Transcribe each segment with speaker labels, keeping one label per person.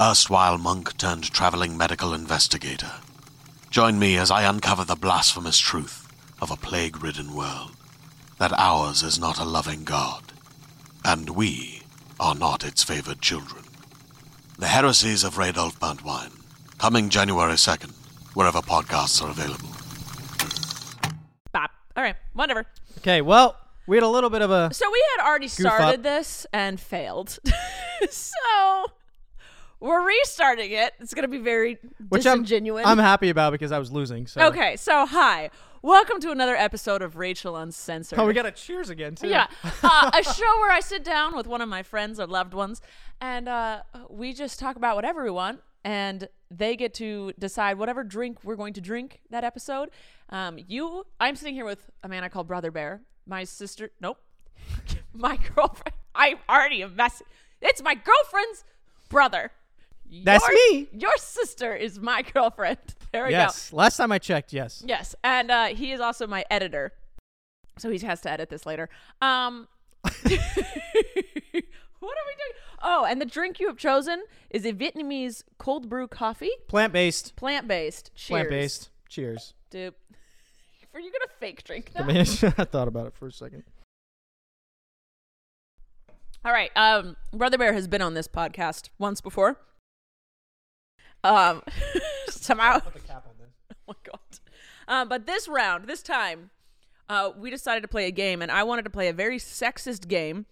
Speaker 1: erstwhile monk turned traveling medical investigator. Join me as I uncover the blasphemous truth of a plague ridden world that ours is not a loving God, and we are not its favored children. The heresies of Radolf Buntwine, coming January 2nd, wherever podcasts are available.
Speaker 2: Bop. All right, whatever.
Speaker 3: Okay, well, we had a little bit of a.
Speaker 2: So we had already started
Speaker 3: up.
Speaker 2: this and failed. so we're restarting it. It's going to be very
Speaker 3: Which I'm,
Speaker 2: disingenuous.
Speaker 3: I'm happy about because I was losing. So.
Speaker 2: okay, so hi. Welcome to another episode of Rachel Uncensored.
Speaker 3: Oh, we got a cheers again, too.
Speaker 2: yeah, uh, a show where I sit down with one of my friends or loved ones, and uh, we just talk about whatever we want, and they get to decide whatever drink we're going to drink that episode. Um, you, I'm sitting here with a man I call Brother Bear, my sister. Nope, my girlfriend. I already a mess. It's my girlfriend's brother.
Speaker 3: That's
Speaker 2: Your-
Speaker 3: me.
Speaker 2: Your sister is my girlfriend. There we go.
Speaker 3: Yes. Last time I checked, yes.
Speaker 2: Yes, and uh, he is also my editor, so he has to edit this later. Um, what are we doing? Oh, and the drink you have chosen is a Vietnamese cold brew coffee,
Speaker 3: Plant based.
Speaker 2: plant based. Cheers.
Speaker 3: Plant based. Cheers.
Speaker 2: Dude, are you gonna fake drink
Speaker 3: I,
Speaker 2: that?
Speaker 3: mean, I thought about it for a second.
Speaker 2: All right. Um, Brother Bear has been on this podcast once before. Um, somehow. Oh my god. Um, but this round, this time, uh, we decided to play a game, and I wanted to play a very sexist game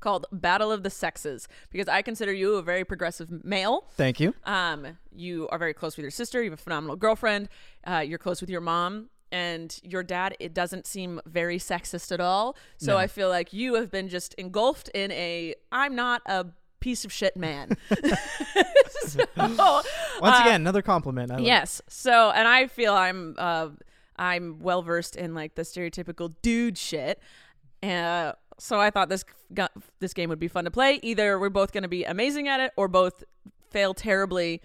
Speaker 2: called Battle of the Sexes because I consider you a very progressive male.
Speaker 3: Thank you.
Speaker 2: Um, you are very close with your sister. You have a phenomenal girlfriend. Uh, you're close with your mom and your dad. It doesn't seem very sexist at all. So I feel like you have been just engulfed in a I'm not a piece of shit man. so, Uh,
Speaker 3: Once again, another compliment. I like it.
Speaker 2: yes. So and I feel I'm uh, I'm well versed in like the stereotypical dude shit. Uh, so I thought this gu- this game would be fun to play. Either we're both going to be amazing at it, or both fail terribly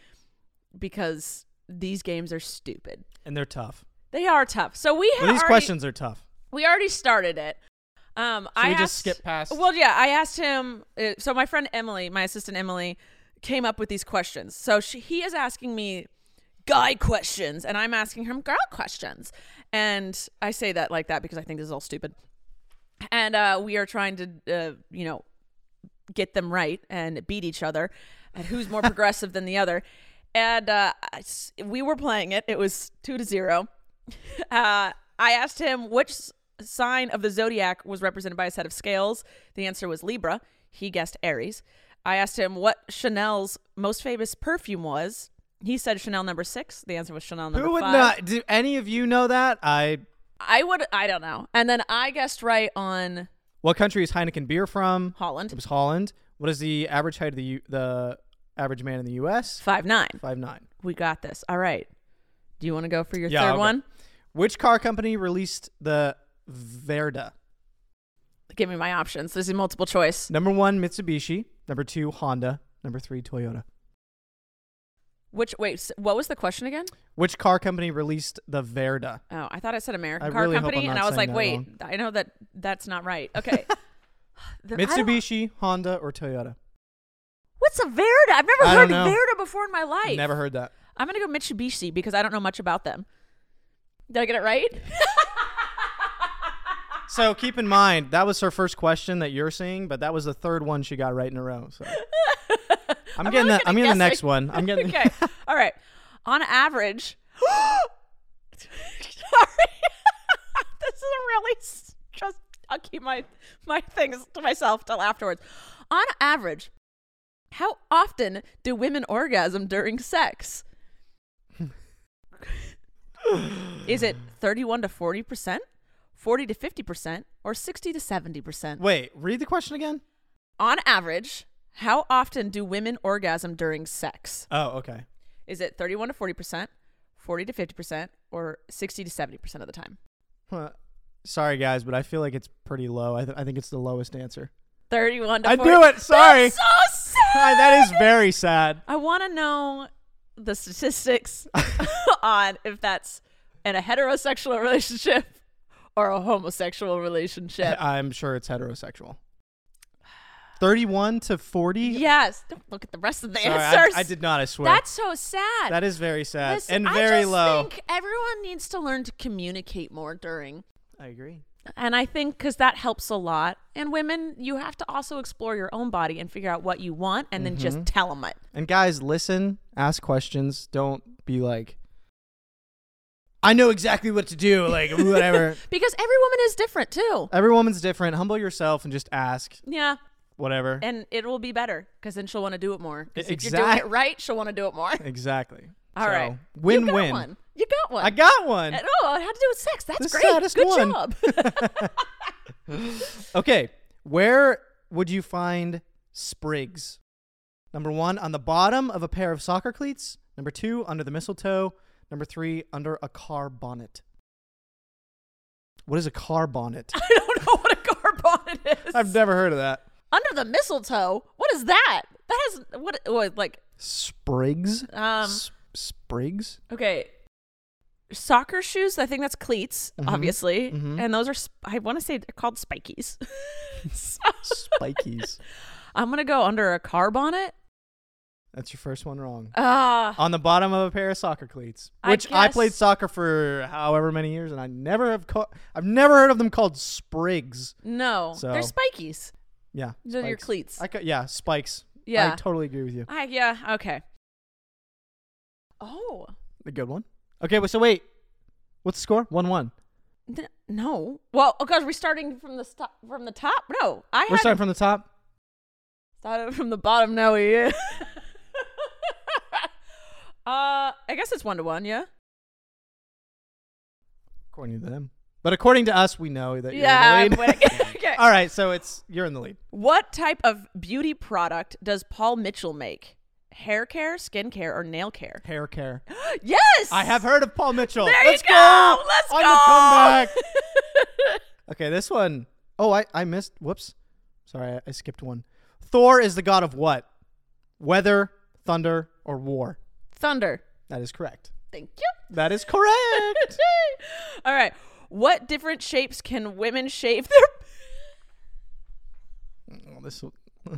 Speaker 2: because these games are stupid.
Speaker 3: And they're tough.
Speaker 2: They are tough. So we had
Speaker 3: But these
Speaker 2: already-
Speaker 3: questions are tough.
Speaker 2: we already started it. Um, I
Speaker 3: we just
Speaker 2: asked-
Speaker 3: skip past-
Speaker 2: Well, yeah, I asked him. Uh, so my friend Emily, my assistant Emily, came up with these questions. So she, he is asking me guy questions, and I'm asking him girl questions. And I say that like that because I think this is all stupid. And uh, we are trying to, uh, you know, get them right and beat each other and who's more progressive than the other and uh, I s- we were playing it it was two to zero uh, i asked him which s- sign of the zodiac was represented by a set of scales the answer was libra he guessed aries i asked him what chanel's most famous perfume was he said chanel number six the answer was chanel number
Speaker 3: Who would
Speaker 2: five
Speaker 3: not? Do any of you know that? I.
Speaker 2: i would i don't know and then i guessed right on
Speaker 3: What country is Heineken beer from?
Speaker 2: Holland.
Speaker 3: It was Holland. What is the average height of the U- the average man in the U.S.?
Speaker 2: five nine
Speaker 3: Five nine.
Speaker 2: we got this all right do you want to go for your
Speaker 3: Yeah,
Speaker 2: third
Speaker 3: I'll go.
Speaker 2: one
Speaker 3: Which car company released the Verda?
Speaker 2: give me my options. This is multiple choice.
Speaker 3: Number one, Mitsubishi. Number two, Honda. Number three, Toyota.
Speaker 2: Which wait, s- what was the question again?
Speaker 3: Which car company released the Verda?
Speaker 2: Oh, I thought I said American
Speaker 3: I
Speaker 2: Car
Speaker 3: really hope
Speaker 2: Company,
Speaker 3: I'm
Speaker 2: and
Speaker 3: not
Speaker 2: I was
Speaker 3: saying
Speaker 2: like,
Speaker 3: that
Speaker 2: wait,
Speaker 3: wrong.
Speaker 2: I know that that's not right. Okay, The- I don't-
Speaker 3: Mitsubishi, Honda, or Toyota?
Speaker 2: What's a Verda? I've never
Speaker 3: I
Speaker 2: heard
Speaker 3: don't know.
Speaker 2: Verda before in my life.
Speaker 3: Never heard that.
Speaker 2: I'm gonna go Mitsubishi because I don't know much about them. Did I get it right?
Speaker 3: So keep in mind that was her first question that you're seeing, but that was the third one she got right in a row. So I'm, getting
Speaker 2: not
Speaker 3: the
Speaker 2: gonna
Speaker 3: I'm getting the
Speaker 2: guess
Speaker 3: next
Speaker 2: it.
Speaker 3: one. I'm getting
Speaker 2: okay. All right. On average, sorry, this is really s- just I'll keep my my things to myself till afterwards. On average, how often do women orgasm during sex? is it thirty-one to forty percent, forty to fifty percent, or sixty to seventy percent?
Speaker 3: Wait, read the question again.
Speaker 2: On average, how often do women orgasm during sex?
Speaker 3: Oh, okay.
Speaker 2: Is it 31 to 40%, 40 to 50%, or 60 to 70% of the time?
Speaker 3: Huh. Sorry guys, but I feel like it's pretty low. I, th- I think it's the lowest answer.
Speaker 2: 31 to
Speaker 3: I
Speaker 2: 40.
Speaker 3: knew it. Sorry.
Speaker 2: That's so
Speaker 3: Ah,
Speaker 2: sad.
Speaker 3: that is very sad.
Speaker 2: I want to know the statistics on if that's in a heterosexual relationship or a homosexual relationship.
Speaker 3: I'm sure it's heterosexual. 31 to 40?
Speaker 2: yes. Don't look at the rest of the
Speaker 3: Sorry, I,
Speaker 2: answers.
Speaker 3: I did not, I swear.
Speaker 2: That's so sad.
Speaker 3: that is very sad
Speaker 2: Listen,
Speaker 3: and very
Speaker 2: I just
Speaker 3: low.
Speaker 2: think everyone needs to learn to communicate more during
Speaker 3: I agree.
Speaker 2: And I think because that helps a lot. And women, you have to also explore your own body and figure out what you want and then
Speaker 3: Mm-hmm.
Speaker 2: just tell them it.
Speaker 3: And guys, listen, ask questions. Don't be like, I know exactly what to do, like, whatever. Uh,
Speaker 2: Because every woman is different too.
Speaker 3: Every woman's different. Humble yourself and just ask,
Speaker 2: Yeah.
Speaker 3: whatever.
Speaker 2: And it will be better because then she'll want to do it more. 'Cause if you're doing
Speaker 3: Exact-
Speaker 2: it right, she'll want to do it more.
Speaker 3: exactly.
Speaker 2: All
Speaker 3: So,
Speaker 2: right.
Speaker 3: Win
Speaker 2: You got
Speaker 3: win.
Speaker 2: one. You got one.
Speaker 3: I got one.
Speaker 2: And, oh, it had to do with sex. That's
Speaker 3: The
Speaker 2: great.
Speaker 3: saddest
Speaker 2: Good
Speaker 3: one.
Speaker 2: job.
Speaker 3: Okay. Where would you find sprigs? Number one, on the bottom of a pair of soccer cleats. Number two, under the mistletoe. Number three, under a car bonnet. What is a car bonnet?
Speaker 2: I don't know what a car bonnet is.
Speaker 3: I've never heard of that.
Speaker 2: Under the mistletoe. What is that? That has what? what like
Speaker 3: Sprigs?
Speaker 2: Um,
Speaker 3: S- sprigs?
Speaker 2: Okay. Soccer shoes, I think that's cleats,
Speaker 3: Mhm.
Speaker 2: obviously.
Speaker 3: Mhm.
Speaker 2: And those are, sp- I want to say they're called spikies. So,
Speaker 3: Spikies.
Speaker 2: I'm going to go under a car bonnet.
Speaker 3: That's your first one wrong.
Speaker 2: Uh,
Speaker 3: On the bottom of a pair of soccer cleats,
Speaker 2: I
Speaker 3: which I,
Speaker 2: guess-
Speaker 3: played soccer for however many years, and I never have ca- I've never heard of them called sprigs.
Speaker 2: no, they're
Speaker 3: So-
Speaker 2: spikies.
Speaker 3: Yeah.
Speaker 2: Those are your
Speaker 3: spikes.
Speaker 2: cleats.
Speaker 3: I cou- yeah, spikes.
Speaker 2: Yeah.
Speaker 3: I totally agree with you.
Speaker 2: I, yeah, okay. Oh,
Speaker 3: A good one. Okay, wait, so wait. What's the score? 1 1.
Speaker 2: N- no. Well, oh gosh, we're starting from the sto- from the top. No, I
Speaker 3: We're
Speaker 2: had
Speaker 3: starting from the top.
Speaker 2: started from the bottom. Now we. uh, Uh, I guess it's one to one. Yeah.
Speaker 3: According to them. But according to us, we know that you're
Speaker 2: yeah.
Speaker 3: in
Speaker 2: I'm
Speaker 3: the lead.
Speaker 2: winning. okay.
Speaker 3: All right, so it's you're in the lead.
Speaker 2: What type of beauty product does Paul Mitchell make? Hair care, skin care, or nail care?
Speaker 3: Hair care.
Speaker 2: Yes!
Speaker 3: I have heard of Paul Mitchell.
Speaker 2: There
Speaker 3: Let's
Speaker 2: you go! Let's
Speaker 3: on
Speaker 2: go!
Speaker 3: the comeback. okay, this one. Oh, I I missed. Whoops. Sorry, I, I skipped one. Thor is the god of what? Weather, thunder, or war?
Speaker 2: Thunder.
Speaker 3: That is correct.
Speaker 2: Thank you.
Speaker 3: That is correct.
Speaker 2: All right. What different shapes can women shave their
Speaker 3: Oh, this will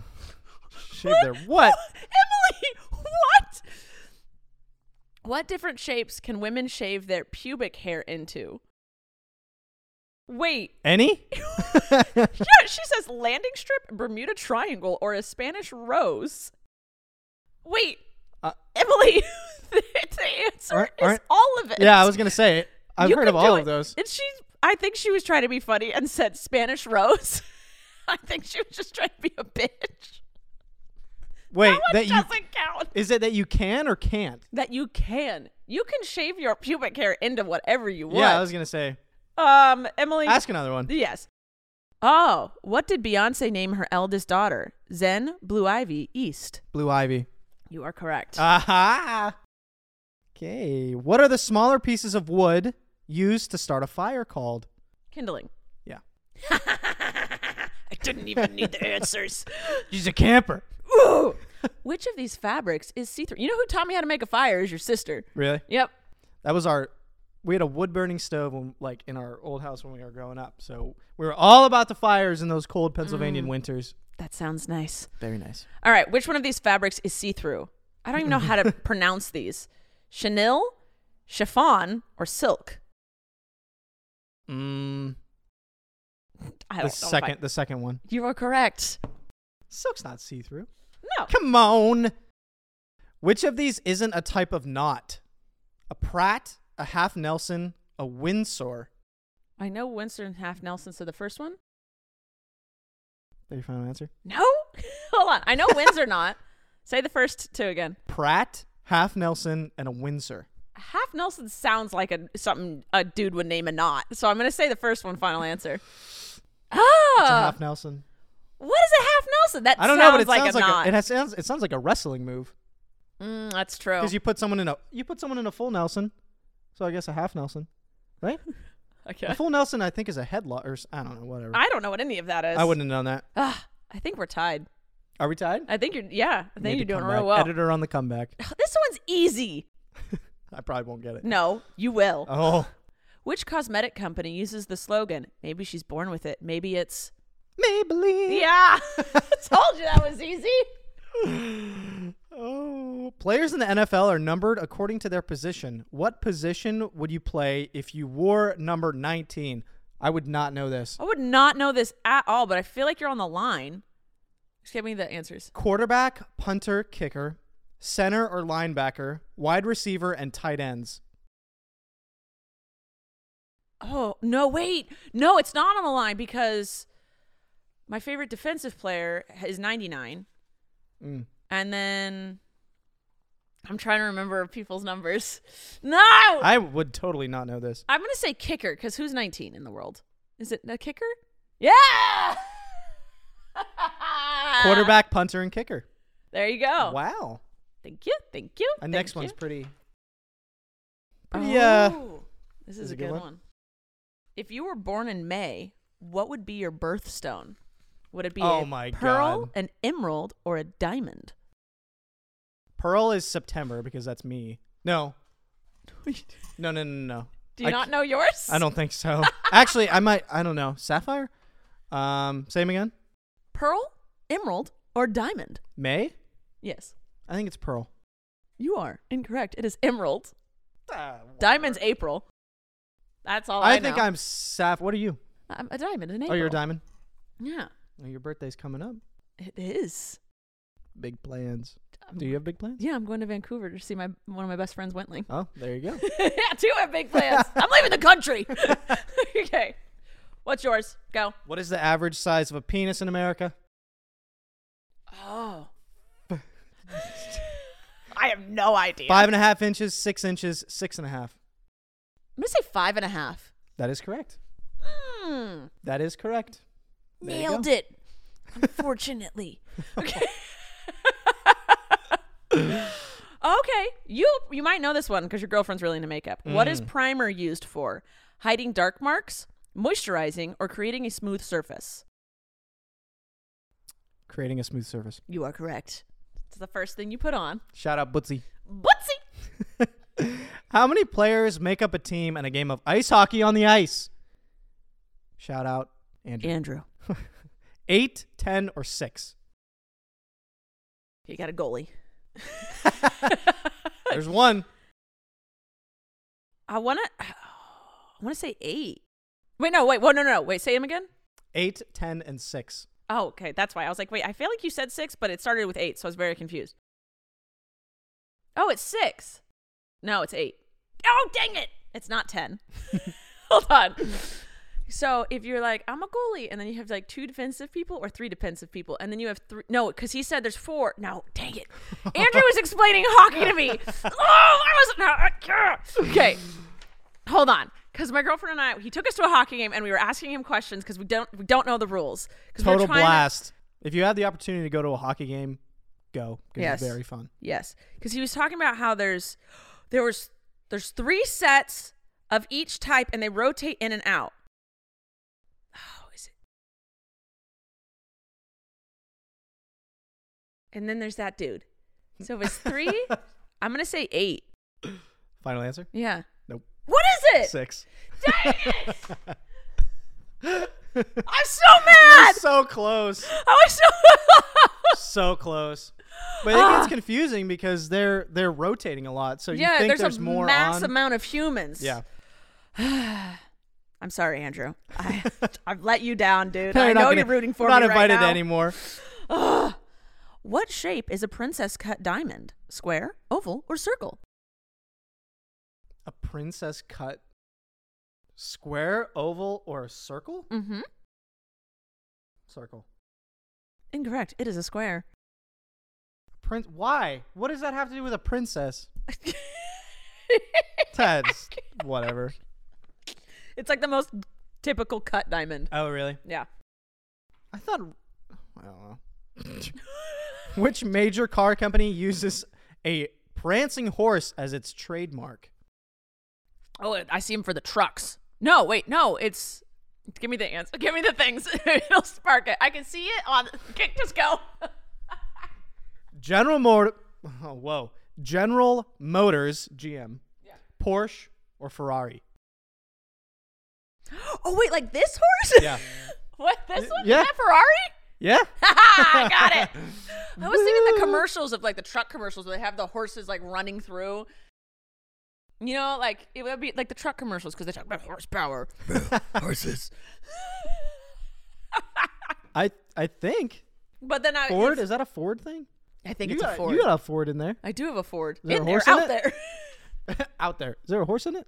Speaker 3: shave their what?
Speaker 2: Emily, what? What different shapes can women shave their pubic hair into? Wait.
Speaker 3: Any?
Speaker 2: Yeah, she says landing strip, Bermuda Triangle, or a Spanish rose. Wait,
Speaker 3: Uh,
Speaker 2: Emily, the, the answer
Speaker 3: Aren't-
Speaker 2: is
Speaker 3: aren't-
Speaker 2: all of it.
Speaker 3: yeah, I was gonna say. I've
Speaker 2: You
Speaker 3: heard
Speaker 2: could
Speaker 3: of
Speaker 2: do
Speaker 3: all
Speaker 2: it.
Speaker 3: of those.
Speaker 2: And she, I think she was trying to be funny and said Spanish rose. I think she was just trying to be a bitch.
Speaker 3: Wait,
Speaker 2: That, one
Speaker 3: that you
Speaker 2: doesn't count.
Speaker 3: is it that you can or can't?
Speaker 2: That you can, you can shave your pubic hair into whatever you want.
Speaker 3: Yeah, I was gonna say.
Speaker 2: um, Emily,
Speaker 3: Ask another one.
Speaker 2: Yes. Oh, what did Beyonce name her eldest daughter? Zen, Blue Ivy, East.
Speaker 3: Blue Ivy.
Speaker 2: You are correct.
Speaker 3: Aha. Okay. What are the smaller pieces of wood used to start a fire called?
Speaker 2: Kindling.
Speaker 3: Yeah.
Speaker 2: I didn't even need the answers.
Speaker 3: She's a camper.
Speaker 2: Ooh. Which of these fabrics is see through? You know who taught me how to make a fire is your sister.
Speaker 3: Really?
Speaker 2: Yep.
Speaker 3: That was our. We had a wood burning stove, when, like in our old house when we were growing up. So we were all about the fires in those cold Pennsylvanian winters.
Speaker 2: That sounds nice.
Speaker 3: Mm. Very nice.
Speaker 2: All right. Which one of these fabrics is see through? I don't even know how to pronounce these chenille, chiffon, or silk.
Speaker 3: Mm,
Speaker 2: I don't
Speaker 3: the
Speaker 2: know. if I-
Speaker 3: second, the second one.
Speaker 2: you are correct. Oh.
Speaker 3: Silk's not see through.
Speaker 2: No.
Speaker 3: Come on. Which of these isn't a type of knot? A Pratt, a half Nelson, a Windsor.
Speaker 2: I know Winston Half Nelson said the first one.
Speaker 3: That your final answer?
Speaker 2: No, hold on. I know Windsor not. Say the first two again.
Speaker 3: Pratt, half Nelson, and a Windsor.
Speaker 2: Half Nelson sounds like a something a dude would name a knot. So I'm gonna say the first one. Final answer.
Speaker 3: It's a
Speaker 2: Oh,
Speaker 3: half Nelson.
Speaker 2: what is a half Nelson? That
Speaker 3: I don't know,
Speaker 2: sounds
Speaker 3: but it
Speaker 2: like
Speaker 3: sounds
Speaker 2: a knot.
Speaker 3: like a, it has, sounds it sounds like a wrestling move
Speaker 2: mm, that's true.
Speaker 3: because you put someone in a you put someone in a full Nelson, so I guess a half Nelson, right?
Speaker 2: okay.
Speaker 3: A full Nelson I think is a headlock or s- I don't know whatever.
Speaker 2: I don't know what any of that is.
Speaker 3: I wouldn't have known that.
Speaker 2: Ugh, I think we're tied.
Speaker 3: Are we tied?
Speaker 2: I think you're. Yeah, I
Speaker 3: Need
Speaker 2: think you're
Speaker 3: to
Speaker 2: doing
Speaker 3: come
Speaker 2: real
Speaker 3: back.
Speaker 2: well.
Speaker 3: Editor on the comeback.
Speaker 2: This one's easy.
Speaker 3: I probably won't get it.
Speaker 2: No, you will.
Speaker 3: Oh,
Speaker 2: Which cosmetic company uses the slogan? Maybe she's born with it. Maybe it's.
Speaker 3: Maybelline.
Speaker 2: Yeah, told you that was easy.
Speaker 3: Oh, players in the NFL are numbered according to their position. What position would you play if you wore number 19? I would not know this.
Speaker 2: I would not know this at all, but I feel like you're on the line. Just give me the answers.
Speaker 3: quarterback, punter, kicker, center or linebacker, wide receiver, and tight ends.
Speaker 2: Oh no, wait, no, it's not on the line because my favorite defensive player is 99,
Speaker 3: Mm.
Speaker 2: and then I'm trying to remember people's numbers. No,
Speaker 3: I would totally not know this.
Speaker 2: I'm gonna say kicker because who's 19 in the world? Is it a kicker? Yeah. Uh,
Speaker 3: Quarterback, punter, and kicker.
Speaker 2: There you go.
Speaker 3: Wow.
Speaker 2: Thank you. Thank you.
Speaker 3: And
Speaker 2: oh. thank
Speaker 3: next
Speaker 2: you.
Speaker 3: one's pretty. pretty, uh,
Speaker 2: Oh, this is, a good, one. If you were born in May, what would be your birthstone? Would it be
Speaker 3: Oh
Speaker 2: a
Speaker 3: my
Speaker 2: pearl,
Speaker 3: God.
Speaker 2: an emerald, or a diamond?
Speaker 3: Pearl is September because that's me. No. No, no, no, no, no.
Speaker 2: Do you
Speaker 3: I
Speaker 2: not
Speaker 3: c-
Speaker 2: know yours?
Speaker 3: I don't think so. Actually, I might. I don't know. Sapphire? Um, same again?
Speaker 2: Pearl, emerald, or diamond?
Speaker 3: May?
Speaker 2: Yes,
Speaker 3: I think it's Pearl.
Speaker 2: you are incorrect. It is emerald. Diamond's April. That's all oh, I,
Speaker 3: I, think
Speaker 2: know.
Speaker 3: I'm Sapphire. What are you?
Speaker 2: I'm a diamond in April.
Speaker 3: Oh, you're a diamond?
Speaker 2: Yeah,
Speaker 3: Oh, your birthday's coming up.
Speaker 2: it is.
Speaker 3: Big plans.
Speaker 2: Um,
Speaker 3: Do you have big plans?
Speaker 2: Yeah, I'm going to Vancouver to see my one of my best friends, Wentling.
Speaker 3: Oh, there you go.
Speaker 2: yeah, two have big plans. I'm leaving the country. okay. What's yours? Go.
Speaker 3: What is the average size of a penis in America?
Speaker 2: Oh. I have no idea.
Speaker 3: Five and a half inches, six inches, six and a half.
Speaker 2: I'm going to say five and a half.
Speaker 3: That is correct.
Speaker 2: Mm,
Speaker 3: That is correct. There you
Speaker 2: nailed
Speaker 3: go.
Speaker 2: it. Unfortunately. okay. okay. You you might know this one because your girlfriend's really into makeup. What is primer used for? Hiding dark marks, moisturizing, or creating a smooth surface?
Speaker 3: Creating a smooth surface.
Speaker 2: You are correct. It's the first thing you put on.
Speaker 3: Shout out Bootsy.
Speaker 2: Buttsy.
Speaker 3: How many players make up a team in a game of ice hockey on the ice? Shout out Andrew.
Speaker 2: Andrew.
Speaker 3: Eight, ten, or six?
Speaker 2: You got a goalie.
Speaker 3: There's one.
Speaker 2: I wanna I wanna say eight. Wait, no, wait, whoa, no, no, no. Wait, say him again.
Speaker 3: Eight, ten, and six.
Speaker 2: Oh, okay. That's why. I was like, wait, I feel like you said six, but it started with eight, so I was very confused. Oh, it's six. No, it's eight. Oh, dang it. It's not ten. Hold on. So if you're like, I'm a goalie, and then you have like two defensive people or three defensive people, and then you have three. No, because he said there's four. No, dang it. Andrew was explaining hockey to me. Oh, I was. No, I can't. okay. Hold on. Because my girlfriend and I, he took us to a hockey game, and we were asking him questions because we don't we don't know the rules. 'Cause we were
Speaker 3: Total
Speaker 2: trying to-
Speaker 3: blast. If you have the opportunity to go to a hockey game, go. 'cause
Speaker 2: Yes.
Speaker 3: It's very fun.
Speaker 2: Yes, because he was talking about how there's there was there's three sets of each type, and they rotate in and out. Oh, is it? And then there's that dude. So it was three. I'm gonna say eight.
Speaker 3: Final answer?
Speaker 2: Yeah.
Speaker 3: Nope.
Speaker 2: What is it?
Speaker 3: Six.
Speaker 2: Dang it! I'm so mad.
Speaker 3: so close.
Speaker 2: I was so.
Speaker 3: so close. But it gets confusing because they're they're rotating a lot. So you
Speaker 2: Ah. yeah,
Speaker 3: think
Speaker 2: there's,
Speaker 3: there's,
Speaker 2: a
Speaker 3: more
Speaker 2: mass
Speaker 3: on.
Speaker 2: amount of humans.
Speaker 3: yeah.
Speaker 2: I'm sorry, Andrew. I, I've let you down, dude.
Speaker 3: They're
Speaker 2: I
Speaker 3: not
Speaker 2: know
Speaker 3: gonna-
Speaker 2: you're rooting for
Speaker 3: we're not
Speaker 2: me right
Speaker 3: invited
Speaker 2: now.
Speaker 3: anymore.
Speaker 2: What shape is a princess cut diamond? Square, oval, or circle?
Speaker 3: A princess cut. Square, oval, or a circle?
Speaker 2: Mm hmm.
Speaker 3: Circle.
Speaker 2: Incorrect. It is a square.
Speaker 3: Prince. Why? What does that have to do with a princess? Ted's whatever.
Speaker 2: It's like the most typical cut diamond.
Speaker 3: Oh, really?
Speaker 2: Yeah.
Speaker 3: I thought. I don't know. Which major car company uses a prancing horse as its trademark?
Speaker 2: Oh, I- I see him for the trucks. No, wait, no, it's. Give me the answer. Give me the things. It'll spark it. I can see it on. Kick, just go.
Speaker 3: General Mot. Oh, whoa. General Motors GM. Porsche or Ferrari?
Speaker 2: Oh wait, like this horse?
Speaker 3: Yeah.
Speaker 2: what this one?
Speaker 3: yeah.
Speaker 2: Is that Ferrari?
Speaker 3: Yeah.
Speaker 2: I got it. I was thinking the commercials of like the truck commercials where they have the horses like running through. You know, like it would be like the truck commercials because they talk about horsepower.
Speaker 4: Horses.
Speaker 3: I I think
Speaker 2: But then I
Speaker 3: Ford
Speaker 2: Uh, it's-
Speaker 3: is that a Ford thing?
Speaker 2: I think
Speaker 3: you
Speaker 2: it's
Speaker 3: got,
Speaker 2: a Ford.
Speaker 3: You got a Ford in there.
Speaker 2: I do have a Ford.
Speaker 3: there a
Speaker 2: in there,
Speaker 3: horse in
Speaker 2: out
Speaker 3: it?
Speaker 2: there.
Speaker 3: Out there. Is there a horse in it?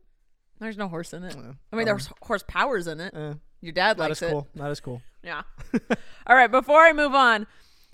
Speaker 2: There's no horse in it. I
Speaker 3: um,
Speaker 2: mean, there's horsepowers in it.
Speaker 3: Uh,
Speaker 2: Your dad
Speaker 3: not as
Speaker 2: likes it.
Speaker 3: cool. Not as cool.
Speaker 2: Yeah. All right. Before I move on,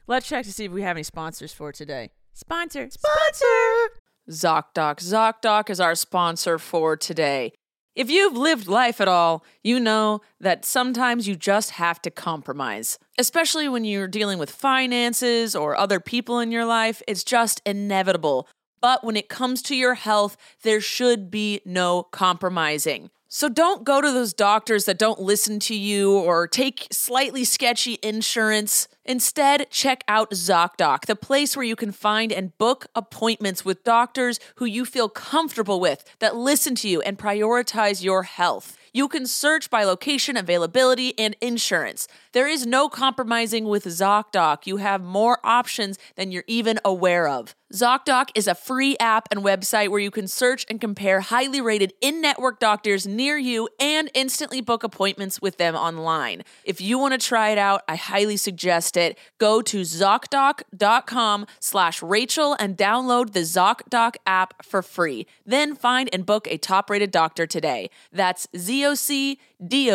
Speaker 2: let's check to see if we have any sponsors for today. Sponsor. Sponsor. ZocDoc. ZocDoc is our sponsor for today. If you've lived life at all, you know that sometimes you just have to compromise, especially when you're dealing with finances or other people in your life. It's just inevitable. But when it comes to your health, there should be no compromising. So don't go to those doctors that don't listen to you or take slightly sketchy insurance. Instead, check out ZocDoc, the place where you can find and book appointments with doctors who you feel comfortable with, that listen to you and prioritize your health. You can search by location, availability, and insurance. There is no compromising with ZocDoc. You have more options than you're even aware of. ZocDoc is a free app and website where you can search and compare highly rated in network doctors near you and instantly book appointments with them online. If you want to try it out, I highly suggest it. Go to ZocDoc.com slash Rachel and download the ZocDoc app for free. Then find and book a top rated doctor today. That's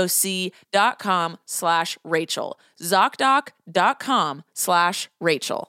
Speaker 2: ZocDoc.com slash Rachel. ZocDoc.com slash Rachel.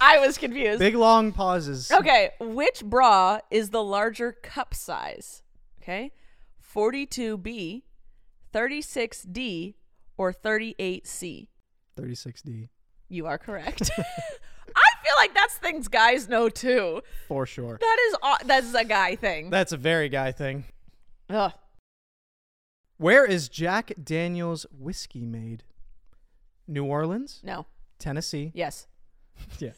Speaker 2: I was confused.
Speaker 3: Big long pauses.
Speaker 2: okay, which bra is the larger cup size? Okay, 42B, 36D, or 38C?
Speaker 3: 36D
Speaker 2: You are correct. I feel like that's things guys know too.
Speaker 3: for sure.
Speaker 2: That is aw- that's a guy thing.
Speaker 3: That's a very guy thing.
Speaker 2: Ugh.
Speaker 3: Where is Jack Daniel's whiskey made? New Orleans,
Speaker 2: No.
Speaker 3: Tennessee,
Speaker 2: Yes.
Speaker 3: yeah,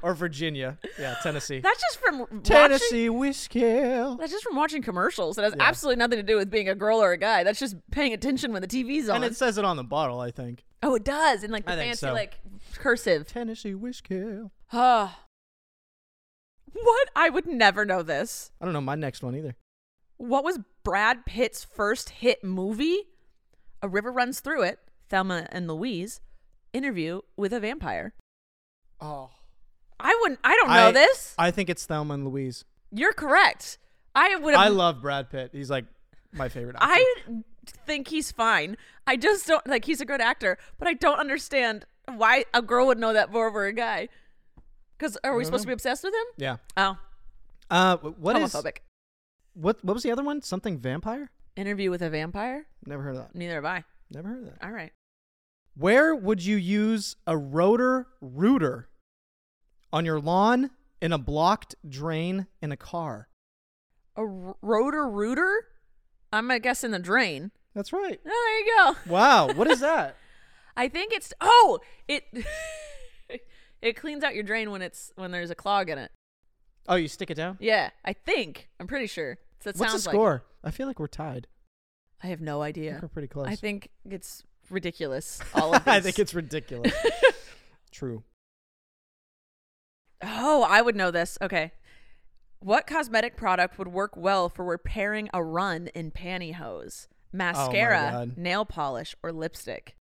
Speaker 3: or Virginia, yeah, Tennessee.
Speaker 2: That's just from Watching-
Speaker 3: Tennessee whiskey.
Speaker 2: that's just from watching commercials. It has absolutely nothing to do with being a girl or a guy. That's just paying attention when the TV's on.
Speaker 3: And it says it on the bottle, I think.
Speaker 2: Oh, it does in like the
Speaker 3: I think
Speaker 2: fancy
Speaker 3: so.
Speaker 2: like cursive.
Speaker 3: Tennessee whiskey.
Speaker 2: Ah. what? I would never know this.
Speaker 3: I don't know my next one either.
Speaker 2: What was Brad Pitt's first hit movie? A River Runs Through It, Thelma and Louise, Interview with a Vampire.
Speaker 3: Oh,
Speaker 2: I wouldn't I don't know this.
Speaker 3: I think it's Thelma and Louise.
Speaker 2: You're correct. I would
Speaker 3: I
Speaker 2: have
Speaker 3: love Brad Pitt. He's like my favorite. Actor.
Speaker 2: I think he's fine. I just don't like he's a good actor, but I don't understand why a girl would know that more over a guy. Because are we
Speaker 3: don't
Speaker 2: supposed to
Speaker 3: know.
Speaker 2: be obsessed with him?
Speaker 3: Yeah.
Speaker 2: Oh,
Speaker 3: Uh, wh- what is
Speaker 2: homophobic.
Speaker 3: what? What was the other one? Something vampire?
Speaker 2: Interview with a vampire?
Speaker 3: Never heard of that.
Speaker 2: Neither have I.
Speaker 3: Never heard of that.
Speaker 2: All right.
Speaker 3: Where would you use a rotor rooter on your lawn in a blocked drain in a car?
Speaker 2: A r- rotor rooter? I'm gonna guess in the drain.
Speaker 3: That's right.
Speaker 2: Oh, there you go.
Speaker 3: Wow, what is that?
Speaker 2: I think it's oh it it cleans out your drain when it's when there's a clog in it.
Speaker 3: Oh, you stick it down.
Speaker 2: Yeah, I think I'm pretty sure. So it
Speaker 3: What's the
Speaker 2: sounds
Speaker 3: score?
Speaker 2: Like,
Speaker 3: I feel like we're tied.
Speaker 2: I have no idea.
Speaker 3: we're pretty close.
Speaker 2: I think it's ridiculous. All of
Speaker 3: I
Speaker 2: these.
Speaker 3: think it's ridiculous. True.
Speaker 2: Oh, I would know this. Okay. What cosmetic product would work well for repairing a run in pantyhose? Mascara,
Speaker 3: Oh God.
Speaker 2: nail polish, or lipstick?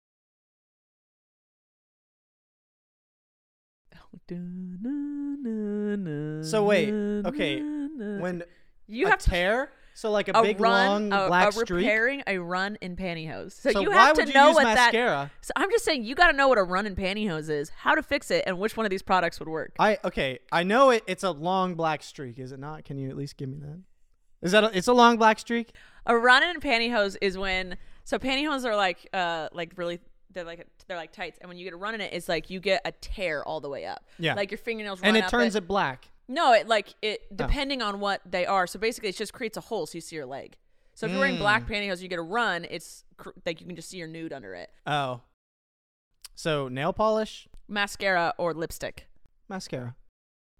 Speaker 3: So wait, okay. When
Speaker 2: You
Speaker 3: a
Speaker 2: have to-
Speaker 3: tear, so like a, big long
Speaker 2: a,
Speaker 3: black
Speaker 2: a
Speaker 3: streak.
Speaker 2: repairing a run in pantyhose. So,
Speaker 3: So
Speaker 2: you
Speaker 3: why
Speaker 2: have
Speaker 3: would
Speaker 2: to
Speaker 3: you
Speaker 2: know
Speaker 3: use
Speaker 2: what
Speaker 3: mascara?
Speaker 2: that. So I'm just saying you got to know what a run in pantyhose is, how to fix it, and which one of these products would work.
Speaker 3: I okay. I know it. It's a long black streak, is it not? Can you at least give me that? Is that a, it's a long black streak?
Speaker 2: A run in pantyhose is when so pantyhose are like uh like really they're like they're like tights, and when you get a run in it, it's like you get a tear all the way up.
Speaker 3: Yeah.
Speaker 2: like your fingernails.
Speaker 3: and
Speaker 2: run
Speaker 3: it
Speaker 2: up
Speaker 3: turns Oh. it black.
Speaker 2: No, it like it depending on what they are. So basically, it just creates a hole so you see your leg. So if you're wearing
Speaker 3: Hmm.
Speaker 2: black pantyhose, you get a run. It's cr- like you can just see your nude under it.
Speaker 3: Oh. So nail polish,
Speaker 2: Mascara or lipstick.
Speaker 3: mascara.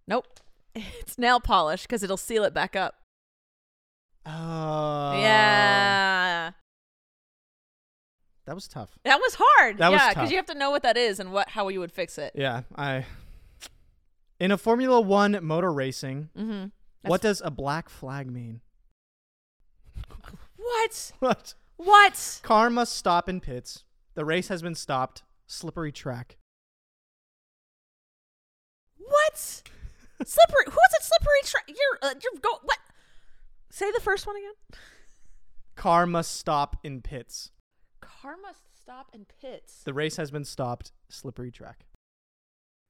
Speaker 2: Nope. It's nail polish because it'll seal it back up.
Speaker 3: Oh.
Speaker 2: yeah.
Speaker 3: That was tough.
Speaker 2: That was hard.
Speaker 3: That was
Speaker 2: yeah,
Speaker 3: tough.
Speaker 2: you have to know what that is and what how you would fix it.
Speaker 3: Yeah, I. In a Formula One motor racing,
Speaker 2: Mm-hmm.
Speaker 3: what does a black flag mean?
Speaker 2: What?
Speaker 3: What?
Speaker 2: What?
Speaker 3: Car must stop in pits. The race has been stopped. Slippery track.
Speaker 2: What? slippery. Who is it? Slippery. Tra- you're. Uh, you're go. What? Say the first one again.
Speaker 3: Car must stop in pits.
Speaker 2: Car must stop in pits.
Speaker 3: The race has been stopped. Slippery track.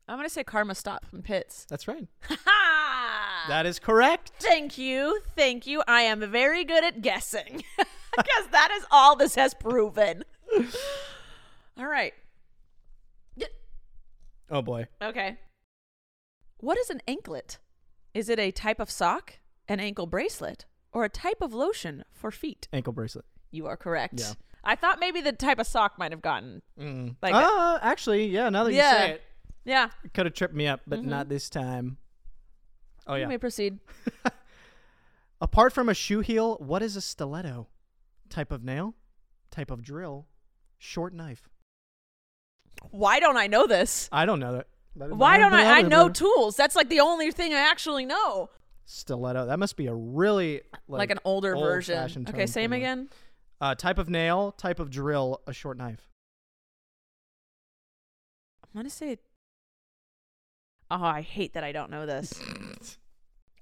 Speaker 2: I'm gonna say car must stop in pits.
Speaker 3: That's right.
Speaker 2: Ha ha!
Speaker 3: That is correct.
Speaker 2: Thank you, thank you. I am very good at guessing because that is all this has proven. all right. Y-
Speaker 3: Oh boy.
Speaker 2: Okay. What is an anklet? Is it a type of sock, an ankle bracelet, or a type of lotion for feet?
Speaker 3: Ankle bracelet.
Speaker 2: You are correct.
Speaker 3: Yeah.
Speaker 2: I thought maybe the type of sock might have gotten.
Speaker 3: Mm.
Speaker 2: Like-
Speaker 3: uh, actually, yeah, now that you
Speaker 2: Yeah.
Speaker 3: say it,
Speaker 2: Yeah.
Speaker 3: it could have tripped me up, but not this time. Oh,
Speaker 2: You
Speaker 3: yeah.
Speaker 2: may proceed.
Speaker 3: Apart from a shoe heel, what is a stiletto? Type of nail? Type of drill? Short knife?
Speaker 2: Why don't I know this?
Speaker 3: I don't know that.
Speaker 2: Why don't I? I know tools. That's like the only thing I actually know.
Speaker 3: Stiletto. That must be a really
Speaker 2: Like, an older version.
Speaker 3: old-fashioned
Speaker 2: Okay,
Speaker 3: term
Speaker 2: same
Speaker 3: somewhere.
Speaker 2: again.
Speaker 3: Uh, type of nail, type of drill, a short knife.
Speaker 2: I'm gonna say. Oh, I hate that I don't know this.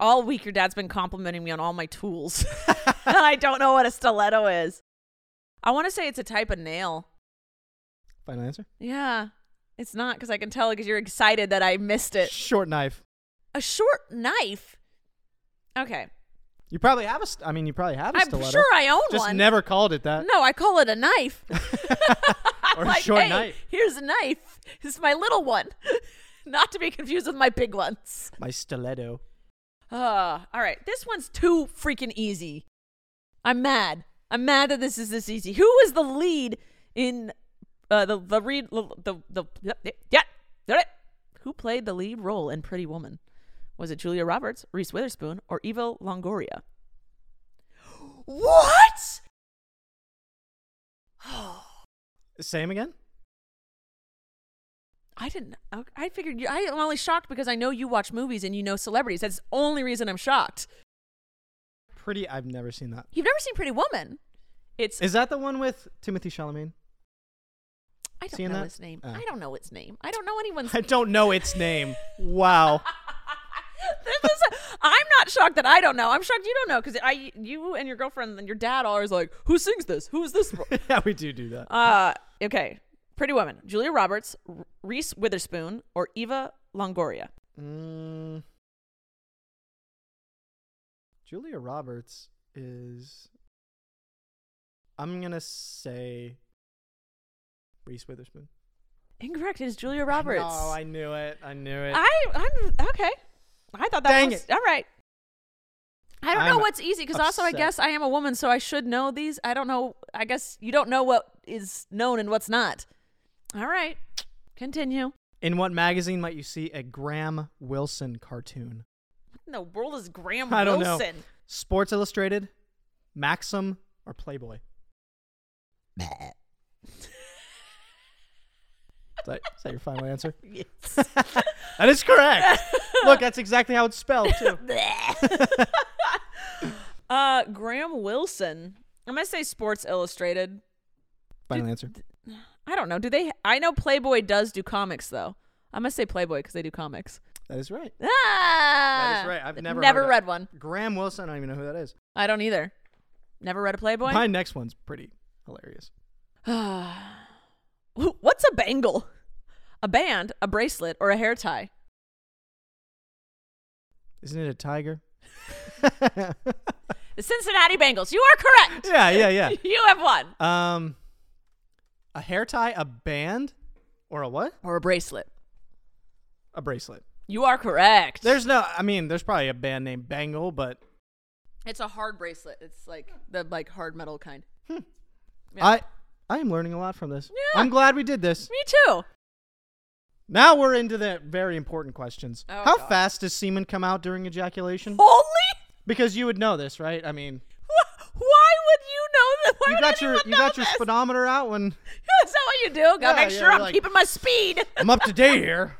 Speaker 2: all week, your dad's been complimenting me on all my tools, and I don't know what a stiletto is. I want to say it's a type of nail.
Speaker 3: Final answer.
Speaker 2: Yeah, it's not because I can tell because you're excited that I missed it.
Speaker 3: Short knife.
Speaker 2: A short knife. Okay,
Speaker 3: You probably have a. St- I mean, you probably have a
Speaker 2: I'm
Speaker 3: stiletto.
Speaker 2: sure I own
Speaker 3: Just
Speaker 2: one.
Speaker 3: never called it that.
Speaker 2: no, I call it a knife.
Speaker 3: Or a
Speaker 2: I'm like,
Speaker 3: short
Speaker 2: hey,
Speaker 3: knife.
Speaker 2: here's a knife. This is my little one, not to be confused with my big ones.
Speaker 3: My stiletto.
Speaker 2: Uh, all right. This one's too freaking easy. I'm mad. I'm mad that this is this easy. Who was the lead in uh, the the read the the, the yeah, yeah who played the lead role in Pretty Woman? Was it Julia Roberts, Reese Witherspoon, or Eva Longoria? What? Oh,
Speaker 3: Same again.
Speaker 2: I didn't. I- I figured. You, I am only shocked because I know you watch movies and you know celebrities. That's the only reason I'm shocked.
Speaker 3: Pretty. I've never seen that.
Speaker 2: You've never seen Pretty Woman. It's
Speaker 3: Is that the one with Timothy Chalamet?
Speaker 2: I don't
Speaker 3: Seeing
Speaker 2: know
Speaker 3: that?
Speaker 2: its name.
Speaker 3: Oh.
Speaker 2: I don't know its name. I don't know anyone's.
Speaker 3: I don't know its name. Wow.
Speaker 2: This is- I'm not shocked that I don't know. I'm shocked you don't know because I, you and your girlfriend and your dad always like, who sings this? Who is this? for?"
Speaker 3: yeah, we do do that.
Speaker 2: Uh, okay. Pretty Woman, Julia Roberts, R- Reese Witherspoon, or Eva Longoria.
Speaker 3: Mm. Julia Roberts is. I'm gonna say Reese Witherspoon.
Speaker 2: Incorrect. It is Julia Roberts.
Speaker 3: Oh, I knew it. I knew it.
Speaker 2: I, I'm okay. I thought that
Speaker 3: Dang
Speaker 2: was
Speaker 3: it.
Speaker 2: all right. I don't know
Speaker 3: I'm
Speaker 2: what's easy because also I
Speaker 3: upset.
Speaker 2: guess I am a woman, so I should know these. I don't know. I guess you don't know what is known and what's not. All right, continue.
Speaker 3: In what magazine might you see a Graham Wilson cartoon?
Speaker 2: What in the world is Graham
Speaker 3: I don't know.
Speaker 2: Wilson?
Speaker 3: Sports Illustrated, Maxim, or Playboy? is, that, is that your final answer?
Speaker 2: Yes.
Speaker 3: That is correct. Look, that's exactly how it's spelled too.
Speaker 2: uh, Graham Wilson. I'm gonna say Sports Illustrated.
Speaker 3: Final answer.
Speaker 2: I don't know. Do they? I know Playboy does do comics though. I'm gonna say Playboy because they do comics.
Speaker 3: That is right.
Speaker 2: Ah,
Speaker 3: That is right. I've never
Speaker 2: never
Speaker 3: heard
Speaker 2: read
Speaker 3: of-
Speaker 2: one.
Speaker 3: Graham Wilson. I don't even know who that is.
Speaker 2: I don't either. Never read a Playboy.
Speaker 3: My next one's pretty hilarious.
Speaker 2: Uh, What's a bangle? A band, a bracelet, or a hair tie?
Speaker 3: Isn't it a tiger?
Speaker 2: The Cincinnati Bengals. You are correct.
Speaker 3: Yeah, yeah, yeah.
Speaker 2: you have one.
Speaker 3: Um, a hair tie, a band, or a what?
Speaker 2: Or a bracelet.
Speaker 3: A bracelet.
Speaker 2: You are correct.
Speaker 3: There's no. I mean, there's probably a band named Bangle, but
Speaker 2: It's a hard bracelet. It's like the like hard metal kind. Yeah.
Speaker 3: I I am learning a lot from this.
Speaker 2: Yeah.
Speaker 3: I'm glad we did this.
Speaker 2: Me too.
Speaker 3: Now we're into the very important questions.
Speaker 2: Oh,
Speaker 3: How
Speaker 2: God.
Speaker 3: fast does semen come out during ejaculation?
Speaker 2: Holy!
Speaker 3: Because you would know this, right? I mean,
Speaker 2: Wh- Why would you know that? Why
Speaker 3: you
Speaker 2: would
Speaker 3: got your
Speaker 2: anyone
Speaker 3: you got
Speaker 2: know
Speaker 3: your
Speaker 2: this?
Speaker 3: speedometer out when
Speaker 2: Is that what you do? Gotta
Speaker 3: Yeah,
Speaker 2: make
Speaker 3: yeah,
Speaker 2: sure I'm
Speaker 3: like-
Speaker 2: keeping my speed.
Speaker 3: I'm up to date here.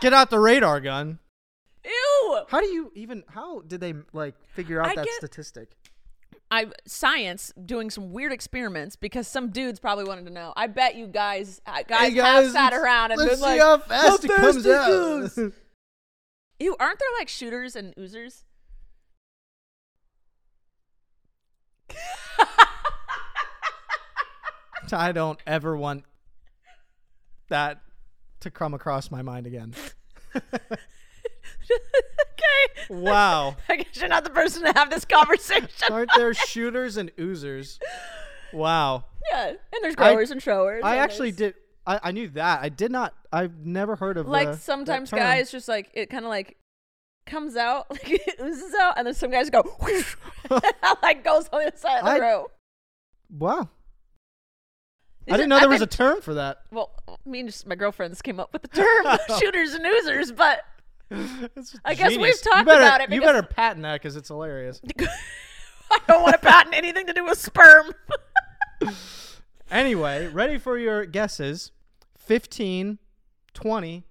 Speaker 3: Get out the radar gun.
Speaker 2: Ew.
Speaker 3: How do you even? How did they like figure out
Speaker 2: I
Speaker 3: that
Speaker 2: get-
Speaker 3: statistic?
Speaker 2: I science doing some weird experiments because some dudes probably wanted to know. I bet you guys uh, guys,
Speaker 3: Hey,
Speaker 2: have sat
Speaker 3: let's-
Speaker 2: around and
Speaker 3: let's
Speaker 2: been
Speaker 3: see
Speaker 2: like,
Speaker 3: how fast it comes
Speaker 2: fast
Speaker 3: out.
Speaker 2: "Ew, aren't there like shooters and oozers?"
Speaker 3: I don't ever want that to come across my mind again.
Speaker 2: okay,
Speaker 3: Wow.
Speaker 2: I guess you're not the person to have this conversation.
Speaker 3: Aren't there shooters and oozers? Wow.
Speaker 2: yeah, and there's
Speaker 3: I-
Speaker 2: growers and showers.
Speaker 3: I
Speaker 2: and
Speaker 3: actually
Speaker 2: there's-
Speaker 3: did. I, I knew that. I did not. I've never heard of the-
Speaker 2: like
Speaker 3: uh, that
Speaker 2: sometimes
Speaker 3: term.
Speaker 2: guys just like it kind of like comes out, like it oozes out, and then some guys go like goes on the other side of the
Speaker 3: I-
Speaker 2: row.
Speaker 3: Wow.
Speaker 2: Is
Speaker 3: I didn't
Speaker 2: it-
Speaker 3: know
Speaker 2: I've
Speaker 3: there was a
Speaker 2: been-
Speaker 3: term for that.
Speaker 2: well, me and just my girlfriends came up with the term shooters and oozers, but
Speaker 3: It's
Speaker 2: I guess we've
Speaker 3: genius. You
Speaker 2: talked
Speaker 3: better-
Speaker 2: about it
Speaker 3: You
Speaker 2: because-
Speaker 3: better patent that because it's hilarious.
Speaker 2: I don't want to patent anything to do with sperm.
Speaker 3: Anyway, ready for your guesses. 15, 20.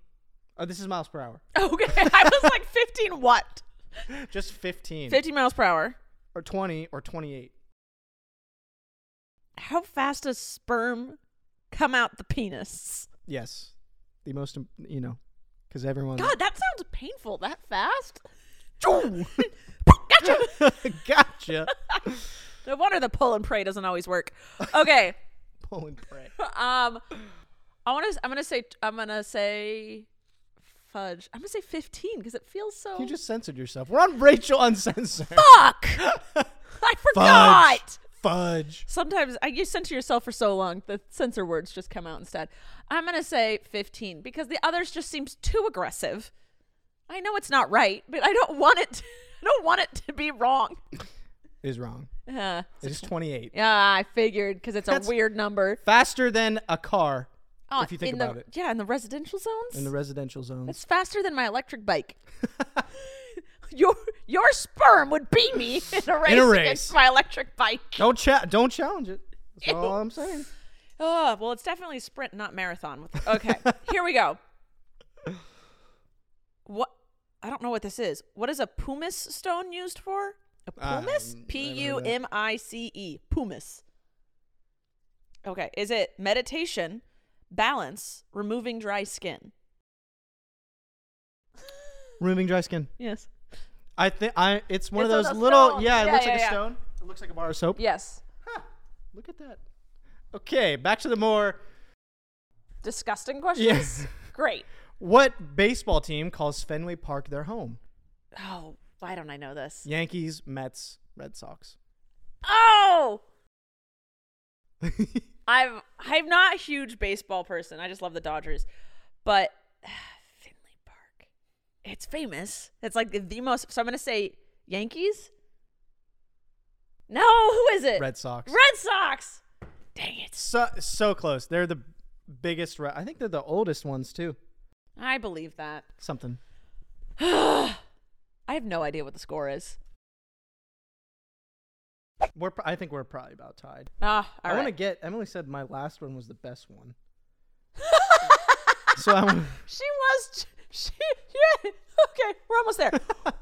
Speaker 3: Oh, this is miles per hour.
Speaker 2: okay, I was like 15 what?
Speaker 3: Just 15.
Speaker 2: 15 miles per hour.
Speaker 3: Or 20 or 28.
Speaker 2: How fast does sperm come out the penis?
Speaker 3: Yes. The most, im- you know, because everyone.
Speaker 2: God, that sounds painful. That fast?
Speaker 3: gotcha.
Speaker 2: No wonder the pull and pray doesn't always work. Okay,
Speaker 3: Pull and pray.
Speaker 2: um, I want to. I'm gonna say. I'm gonna say. Fudge. I'm gonna say 15 because it feels so.
Speaker 3: You just censored yourself. We're on Rachel Uncensored.
Speaker 2: fuck. I forgot.
Speaker 3: Fudge.
Speaker 2: Sometimes I you censor yourself for so long, the censor words just come out instead. I'm gonna say 15 because the others just seems too aggressive. I know it's not right, but I don't want it. I don't want it to be wrong.
Speaker 3: It is wrong.
Speaker 2: Uh,
Speaker 3: It is 28.
Speaker 2: yeah, I figured because it's
Speaker 3: That's-
Speaker 2: a weird number.
Speaker 3: Faster than a car,
Speaker 2: Uh,
Speaker 3: if you think
Speaker 2: in the-
Speaker 3: about it.
Speaker 2: yeah, in the residential zones,
Speaker 3: In the residential zones.
Speaker 2: it's faster than my electric bike. your your sperm would beat me in a race,
Speaker 3: In a race.
Speaker 2: against my electric bike.
Speaker 3: Don't, cha- don't challenge it. That's all
Speaker 2: Ew.
Speaker 3: I'm saying.
Speaker 2: Oh, well, it's definitely sprint, not marathon. With- Okay, here we go. What? I don't know what this is. What is a pumice stone used for? A
Speaker 3: Ah,
Speaker 2: pumice?
Speaker 3: I haven't
Speaker 2: P
Speaker 3: heard
Speaker 2: U
Speaker 3: that.
Speaker 2: M I C E. Pumice. Okay, is it meditation, balance, removing dry skin?
Speaker 3: Removing dry skin.
Speaker 2: Yes.
Speaker 3: I think I. It's one
Speaker 2: It's
Speaker 3: of
Speaker 2: on
Speaker 3: those
Speaker 2: a
Speaker 3: little.
Speaker 2: stone.
Speaker 3: Yeah, it
Speaker 2: Yeah,
Speaker 3: looks
Speaker 2: yeah,
Speaker 3: like
Speaker 2: yeah.
Speaker 3: a stone. It looks like a bar of soap.
Speaker 2: Yes.
Speaker 3: Look at that. Okay, back to the more.
Speaker 2: Disgusting questions. Great.
Speaker 3: What baseball team calls Fenway Park their home?
Speaker 2: Oh, why don't I know this?
Speaker 3: Yankees, Mets, Red Sox.
Speaker 2: Oh. I'm I'm not a huge baseball person. I just love the Dodgers. But Finley Park. It's famous. It's like the- the most so I'm going to say Yankees? No, who is it?
Speaker 3: Red Sox.
Speaker 2: Red Sox. Dang it.
Speaker 3: So so close. They're the biggest. Re- I think they're the oldest ones too.
Speaker 2: I believe that.
Speaker 3: Something.
Speaker 2: I have no idea what the score is.
Speaker 3: We're. pr- I think we're probably about tied.
Speaker 2: Ah,
Speaker 3: I
Speaker 2: all
Speaker 3: want to
Speaker 2: right.
Speaker 3: get. Emily said my last one was the best one. so I want.
Speaker 2: She was she yeah. Okay, we're almost there.